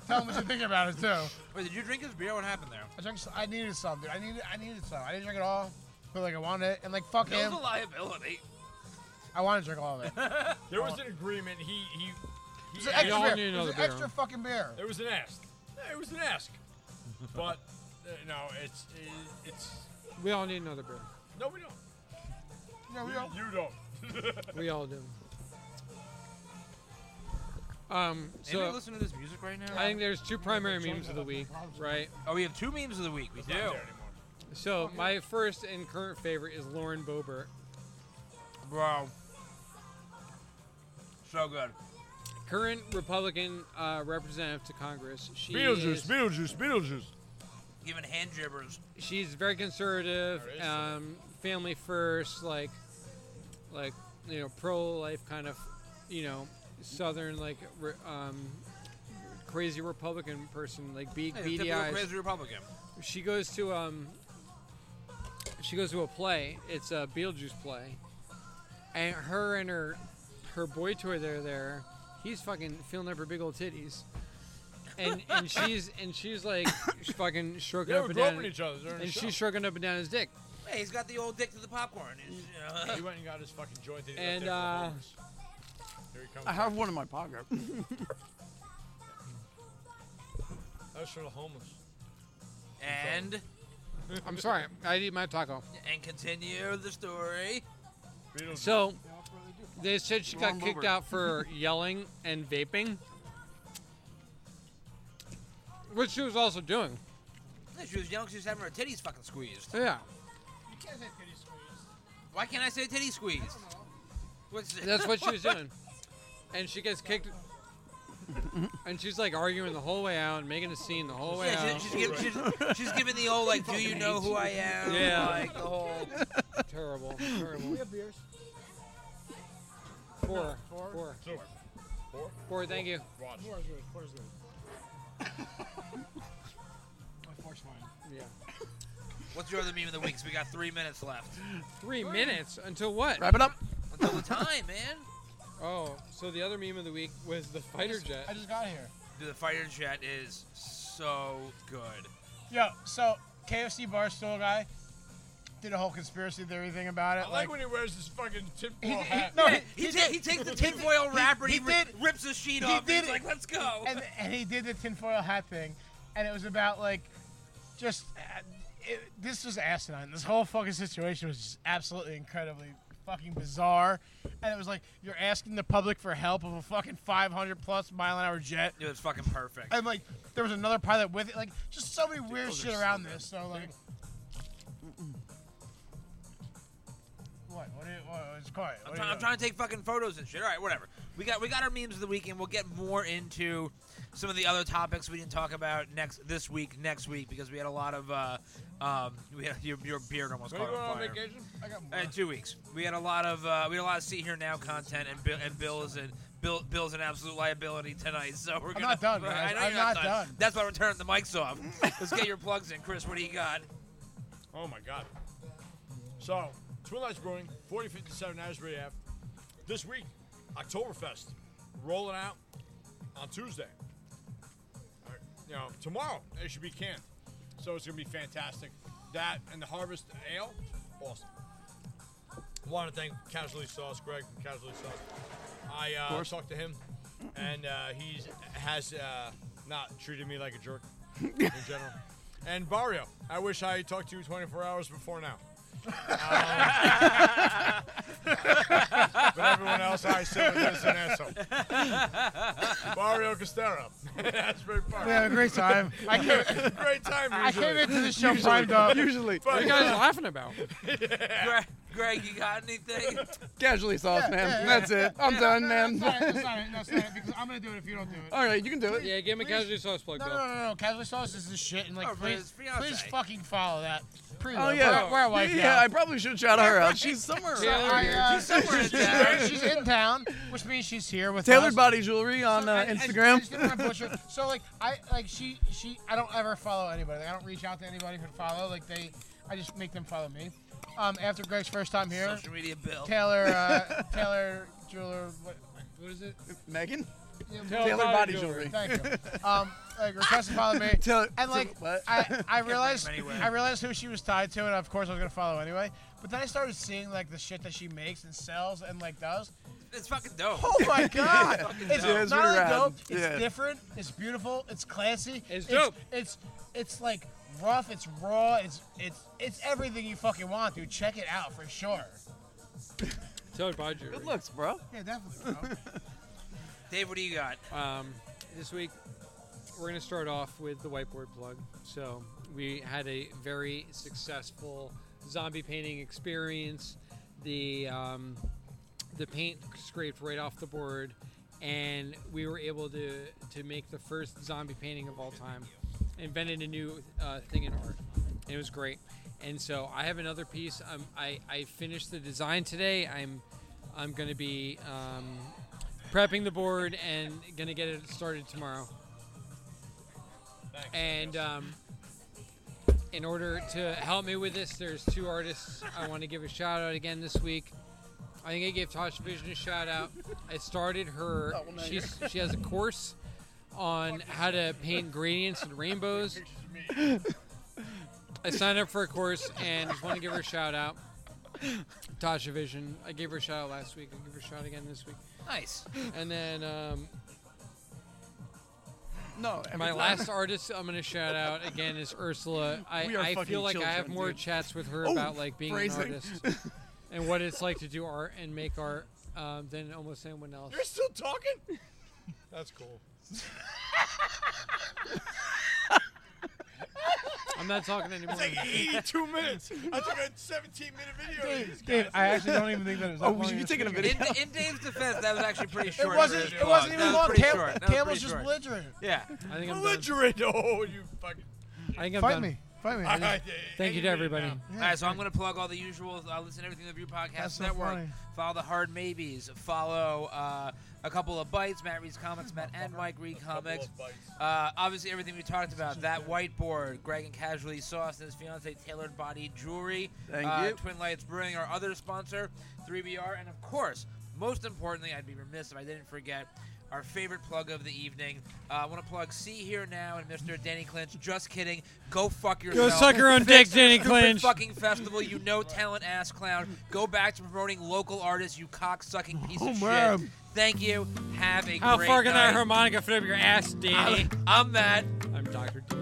Speaker 4: them what you think about it too.
Speaker 5: Wait, did you drink his beer? What happened there?
Speaker 4: I drank. s- I needed some, dude. I needed. I needed some. I didn't drink it all, but like I wanted it, and like fuck
Speaker 5: It
Speaker 4: him.
Speaker 5: was a liability.
Speaker 4: I want to drink all of it. It
Speaker 3: There was an agreement. He he.
Speaker 4: was
Speaker 3: he
Speaker 4: an
Speaker 3: asked-
Speaker 4: extra
Speaker 6: all
Speaker 4: beer.
Speaker 6: need
Speaker 4: It was
Speaker 6: another
Speaker 4: an
Speaker 6: beer.
Speaker 4: extra fucking beer.
Speaker 3: It was an ask. It was an ask. But uh, no, it's it, it's
Speaker 6: We all need another beer.
Speaker 3: no, we don't.
Speaker 4: Yeah, we
Speaker 3: You,
Speaker 4: all-
Speaker 3: you don't.
Speaker 6: We all do. Um,
Speaker 5: Anybody
Speaker 6: so
Speaker 5: listen to this music right now?
Speaker 6: I think there's two primary memes of the week, right?
Speaker 5: oh, we have two memes of the week. We do.
Speaker 6: So my first and current favorite is Lauren Boebert.
Speaker 5: Bro. So good.
Speaker 6: current Republican uh, representative to Congress. She
Speaker 3: Beetlejuice,
Speaker 6: is,
Speaker 3: Beetlejuice, Beetlejuice.
Speaker 5: Giving hand jibbers.
Speaker 6: she's very conservative, um, family first, like, like you know, pro-life kind of, you know, southern like, re- um, crazy Republican person, like big
Speaker 5: Hey,
Speaker 6: beady
Speaker 5: typical
Speaker 6: eyes.
Speaker 5: crazy Republican.
Speaker 6: She goes to um. She goes to a play. It's a Beetlejuice play, and her and her her boy toy they're there. He's fucking feeling up her big old titties, and and she's and she's like she's fucking stroking
Speaker 3: They
Speaker 6: up
Speaker 3: were
Speaker 6: and
Speaker 3: groping
Speaker 6: down,
Speaker 3: each other. during the
Speaker 6: and
Speaker 3: show.
Speaker 6: she's stroking up and down his dick.
Speaker 5: Hey, he's got the old dick to the popcorn. He's, you know.
Speaker 3: He went and got his fucking joint. That he left
Speaker 6: And,
Speaker 3: there for
Speaker 6: uh,
Speaker 3: homeless. Here he comes.
Speaker 2: I have one in my pocket.
Speaker 3: That was for the homeless.
Speaker 5: and
Speaker 6: I'm sorry, I eat my taco.
Speaker 5: and continue the story.
Speaker 3: Beetlejuice.
Speaker 6: So they said she got
Speaker 2: Wrong
Speaker 6: kicked
Speaker 2: Bobert.
Speaker 6: out for yelling and vaping, which she was also doing.
Speaker 5: Yeah, She was young. She was having her titties fucking squeezed.
Speaker 6: Yeah.
Speaker 5: Why can't I say titty squeezed? What's
Speaker 6: That's what she was doing. And she gets kicked. And she's like arguing the whole way out and making a scene the whole way
Speaker 5: Yeah,
Speaker 6: out.
Speaker 5: she, she's, giving, she's, she's giving the old like, do you know who I am?
Speaker 6: Yeah.
Speaker 5: like the whole.
Speaker 6: terrible. Terrible.
Speaker 4: have beers.
Speaker 6: Four. Four. Four.
Speaker 3: Two. Four.
Speaker 6: thank you.
Speaker 3: Watch.
Speaker 4: Four is good. Four is good. My fork's fine.
Speaker 6: Yeah.
Speaker 5: What's your other meme of the week? 'Cause we got three minutes left.
Speaker 6: Three minutes until what?
Speaker 2: Wrap it up.
Speaker 5: Until the time, man.
Speaker 6: Oh, so the other meme of the week was the fighter
Speaker 4: I
Speaker 6: jet.
Speaker 4: just got here.
Speaker 5: Dude, the fighter jet is so good.
Speaker 4: Yo, so KFC Barstool guy did a whole conspiracy theory thing about it.
Speaker 3: I like when he wears his fucking
Speaker 4: he,
Speaker 3: tinfoil
Speaker 4: he-
Speaker 3: hat.
Speaker 4: no,
Speaker 5: Yeah,
Speaker 4: he-
Speaker 5: he, ta- he takes the tinfoil wrapper, he,
Speaker 4: he
Speaker 5: ri-
Speaker 4: did-
Speaker 5: rips the sheet
Speaker 4: he
Speaker 5: off, and
Speaker 4: did
Speaker 5: he's
Speaker 4: it.
Speaker 5: like, let's go.
Speaker 4: and, and he did the tinfoil hat thing, and it was about like just uh, it, this was asinine. This whole fucking situation was just absolutely incredibly fucking bizarre, and it was like you're asking the public for help of a fucking 500 plus mile an hour jet,
Speaker 5: Dude, it's fucking perfect.
Speaker 4: and like there was another pilot with it. Like just so many weird shit around this. So like. What? What? Are you, what it's quiet.
Speaker 5: I'm,
Speaker 4: What
Speaker 5: try-
Speaker 4: are you
Speaker 5: I'm
Speaker 4: doing?
Speaker 5: trying to take fucking photos and shit. All right, whatever. We got we got our memes of the week, and we'll get more into some of the other topics we didn't talk about next this week, next week, because we had a lot of uh, um, we had your, your beard almost
Speaker 3: When you
Speaker 5: caught
Speaker 3: going
Speaker 5: on
Speaker 3: on
Speaker 5: fire.
Speaker 3: vacation? I got
Speaker 5: Uh, two weeks. We had a lot of uh, we had a lot of see here now content, and Bill and Bill is an Bill Bill's an absolute liability tonight. So we're gonna.
Speaker 4: not done,
Speaker 5: I know
Speaker 4: guys.
Speaker 5: you're
Speaker 4: I'm not
Speaker 5: not, done.
Speaker 4: done.
Speaker 5: That's why we're turning the mics off. Let's get your plugs in, Chris. What do you got?
Speaker 3: Oh my god. So, Twin Lights Brewing, 4057 Asbury Ave. This week, Oktoberfest, rolling out on Tuesday. All right, You know, tomorrow it should be canned, so it's gonna be fantastic. That and the Harvest Ale, awesome. Want to thank Casually Sauce, Greg from Casually Sauce. I uh, talked to him, and uh, he has uh, not treated me like a jerk in general. And Barrio, I wish I had talked to you 24 hours before now. Um, but everyone else I said was an asshole. Barrio Costero. Asbury Park.
Speaker 4: We had a great time. I came,
Speaker 3: Great time
Speaker 4: I
Speaker 3: usually.
Speaker 4: came into the show primed up.
Speaker 2: Usually.
Speaker 6: What are
Speaker 3: But,
Speaker 6: you guys laughing about?
Speaker 5: Greg, Greg, you got anything?
Speaker 2: Casually sauce,
Speaker 4: Yeah,
Speaker 2: man.
Speaker 4: yeah,
Speaker 2: That's it. I'm done, man.
Speaker 4: That's not it. That's not it. That's not it. Because I'm gonna do it if you don't do it.
Speaker 2: All right, you can do it.
Speaker 6: Yeah, give him a casual sauce plug,
Speaker 4: No,
Speaker 6: Bill.
Speaker 4: no, no, no. Casually sauce is the shit, and like,
Speaker 5: Oh, for his
Speaker 4: please,
Speaker 5: fiance.
Speaker 4: please fucking follow that. Pre-
Speaker 2: Oh yeah,
Speaker 4: we're, we're a wife
Speaker 2: yeah.
Speaker 4: now.
Speaker 2: I probably should shout her out. She's somewhere.
Speaker 6: Yeah.
Speaker 2: around.
Speaker 4: I, uh,
Speaker 5: She's somewhere in there.
Speaker 4: she's in town, which means she's here with us.
Speaker 2: Tailored Body Jewelry on
Speaker 4: So,
Speaker 2: uh,
Speaker 4: and- and- I just
Speaker 2: Instagram.
Speaker 4: didn't wanna butcher it. so like, I like she she I don't ever follow anybody. Like, I don't reach out to anybody who follow. Like they, I just make them follow me. Um, after Greg's first time here,
Speaker 5: Social media, Bill.
Speaker 4: Taylor uh, Taylor jeweler. What, what is it?
Speaker 2: Megan.
Speaker 6: Taylor
Speaker 2: Tailored
Speaker 6: Body
Speaker 2: Body
Speaker 6: Jewelry.
Speaker 2: Jewelry.
Speaker 4: Thank you. Um, like requested follow me.
Speaker 2: Taylor.
Speaker 4: And like
Speaker 2: what?
Speaker 4: I, I realized
Speaker 5: anyway.
Speaker 4: I realized who she was tied to, and of course I was gonna follow anyway. But then I started seeing like the shit that she makes and sells and like does.
Speaker 5: It's fucking dope.
Speaker 4: Oh my god! it's
Speaker 2: Yeah, it's
Speaker 4: not
Speaker 2: pretty
Speaker 4: only
Speaker 2: rad.
Speaker 4: dope. It's
Speaker 2: Yeah.
Speaker 4: different. It's beautiful. It's classy.
Speaker 6: It's dope.
Speaker 4: It's it's, like rough. It's raw. It's it's it's everything you fucking want, dude. Check it out for sure.
Speaker 6: Taylor Bodger.
Speaker 2: Good looks, bro.
Speaker 4: Yeah, definitely.
Speaker 5: Dave, what do you got?
Speaker 1: Um, this week, we're going to start off with the whiteboard plug. So, we had a very successful zombie painting experience. The um, the paint scraped right off the board, and we were able to to make the first zombie painting of all time. Invented a new uh, thing in art. It was great. And so I have another piece. Um, I I finished the design today. I'm I'm going to be um, prepping the board and going to get it started tomorrow. And um, in order to help me with this, there's two artists I want to give a shout out again this week. I think I gave Tosh Vision a shout out. I started her.
Speaker 6: Oh, well, now
Speaker 1: She's, she has a course on how to paint gradients and rainbows. I signed up for a course and just want to give her a shout out. Tasha Vision. I gave her a shout out last week. I'll give her a shout again this week.
Speaker 5: Nice.
Speaker 1: And then um,
Speaker 6: No, every
Speaker 1: my
Speaker 6: time.
Speaker 1: last artist I'm gonna shout out again is Ursula. I,
Speaker 6: We are
Speaker 1: I
Speaker 6: fucking
Speaker 1: feel like I have
Speaker 6: children,
Speaker 1: more
Speaker 6: dude.
Speaker 1: chats with her
Speaker 6: Oh,
Speaker 1: about like being
Speaker 6: phrasing.
Speaker 1: an artist and what it's like to do art and make art um, than almost anyone else.
Speaker 3: You're still talking? That's cool.
Speaker 1: I'm not talking anymore.
Speaker 3: It's like 82 minutes. I took a 17 minute video. of these
Speaker 4: Dave,
Speaker 3: guys.
Speaker 4: I actually don't even think that it was. that
Speaker 6: Oh,
Speaker 4: long
Speaker 6: was you
Speaker 4: of
Speaker 6: taking a
Speaker 5: In,
Speaker 6: video?
Speaker 5: in Dave's defense, that was actually pretty
Speaker 4: It
Speaker 5: short.
Speaker 4: wasn't.
Speaker 5: for a
Speaker 4: It wasn't
Speaker 5: That
Speaker 4: even
Speaker 5: was
Speaker 4: long.
Speaker 5: pretty
Speaker 4: Cam,
Speaker 5: short. That was
Speaker 4: Cam was
Speaker 5: pretty
Speaker 4: just
Speaker 5: short.
Speaker 4: belligerent.
Speaker 5: Yeah.
Speaker 1: I think I'm done.
Speaker 3: Belligerent. Oh, you fucking.
Speaker 1: I think I'm
Speaker 4: Fight
Speaker 1: done.
Speaker 4: me. Fight me.
Speaker 3: All right,
Speaker 1: Thank you to everybody.
Speaker 5: All right, so I'm going to plug all the usual. Uh, listen to everything in the Review Podcast
Speaker 4: That's so
Speaker 5: Network.
Speaker 4: funny.
Speaker 5: Follow the Hard Maybes. Follow uh, a couple of bites. Matt Reed's comics. Matt and Mike Reed comics. Uh, obviously, everything we talked about. That whiteboard. Greg and Casually Sauce and his fiance Tailored Body Jewelry.
Speaker 6: Thank
Speaker 5: uh,
Speaker 6: you.
Speaker 5: Twin Lights Brewing, our other sponsor, 3BR, and of course, most importantly, I'd be remiss if I didn't forget our favorite plug of the evening. Uh, I want to plug See Here Now and Mr. Danny Clinch. Just kidding. Go fuck
Speaker 1: Go
Speaker 5: yourself.
Speaker 1: suck your own dick, Danny Clinch.
Speaker 5: Fucking festival, you no talent ass clown. Go back to promoting local artists, you cock sucking piece of shit.
Speaker 4: man.
Speaker 5: Thank you. Have a
Speaker 1: Oh, How
Speaker 5: great
Speaker 1: far can
Speaker 5: night.
Speaker 1: that harmonica fit up your ass, Danny?
Speaker 5: I'm, I'm Matt.
Speaker 1: I'm Dr. Dave.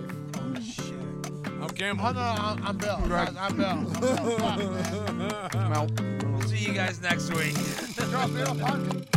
Speaker 3: I'm Campbell.
Speaker 4: Oh, no, I'm, I'm Bill. I'm, I'm Bill. I'm Bill. Fuck, man.
Speaker 5: We'll see you guys next week.
Speaker 4: Charles, we don't fuck.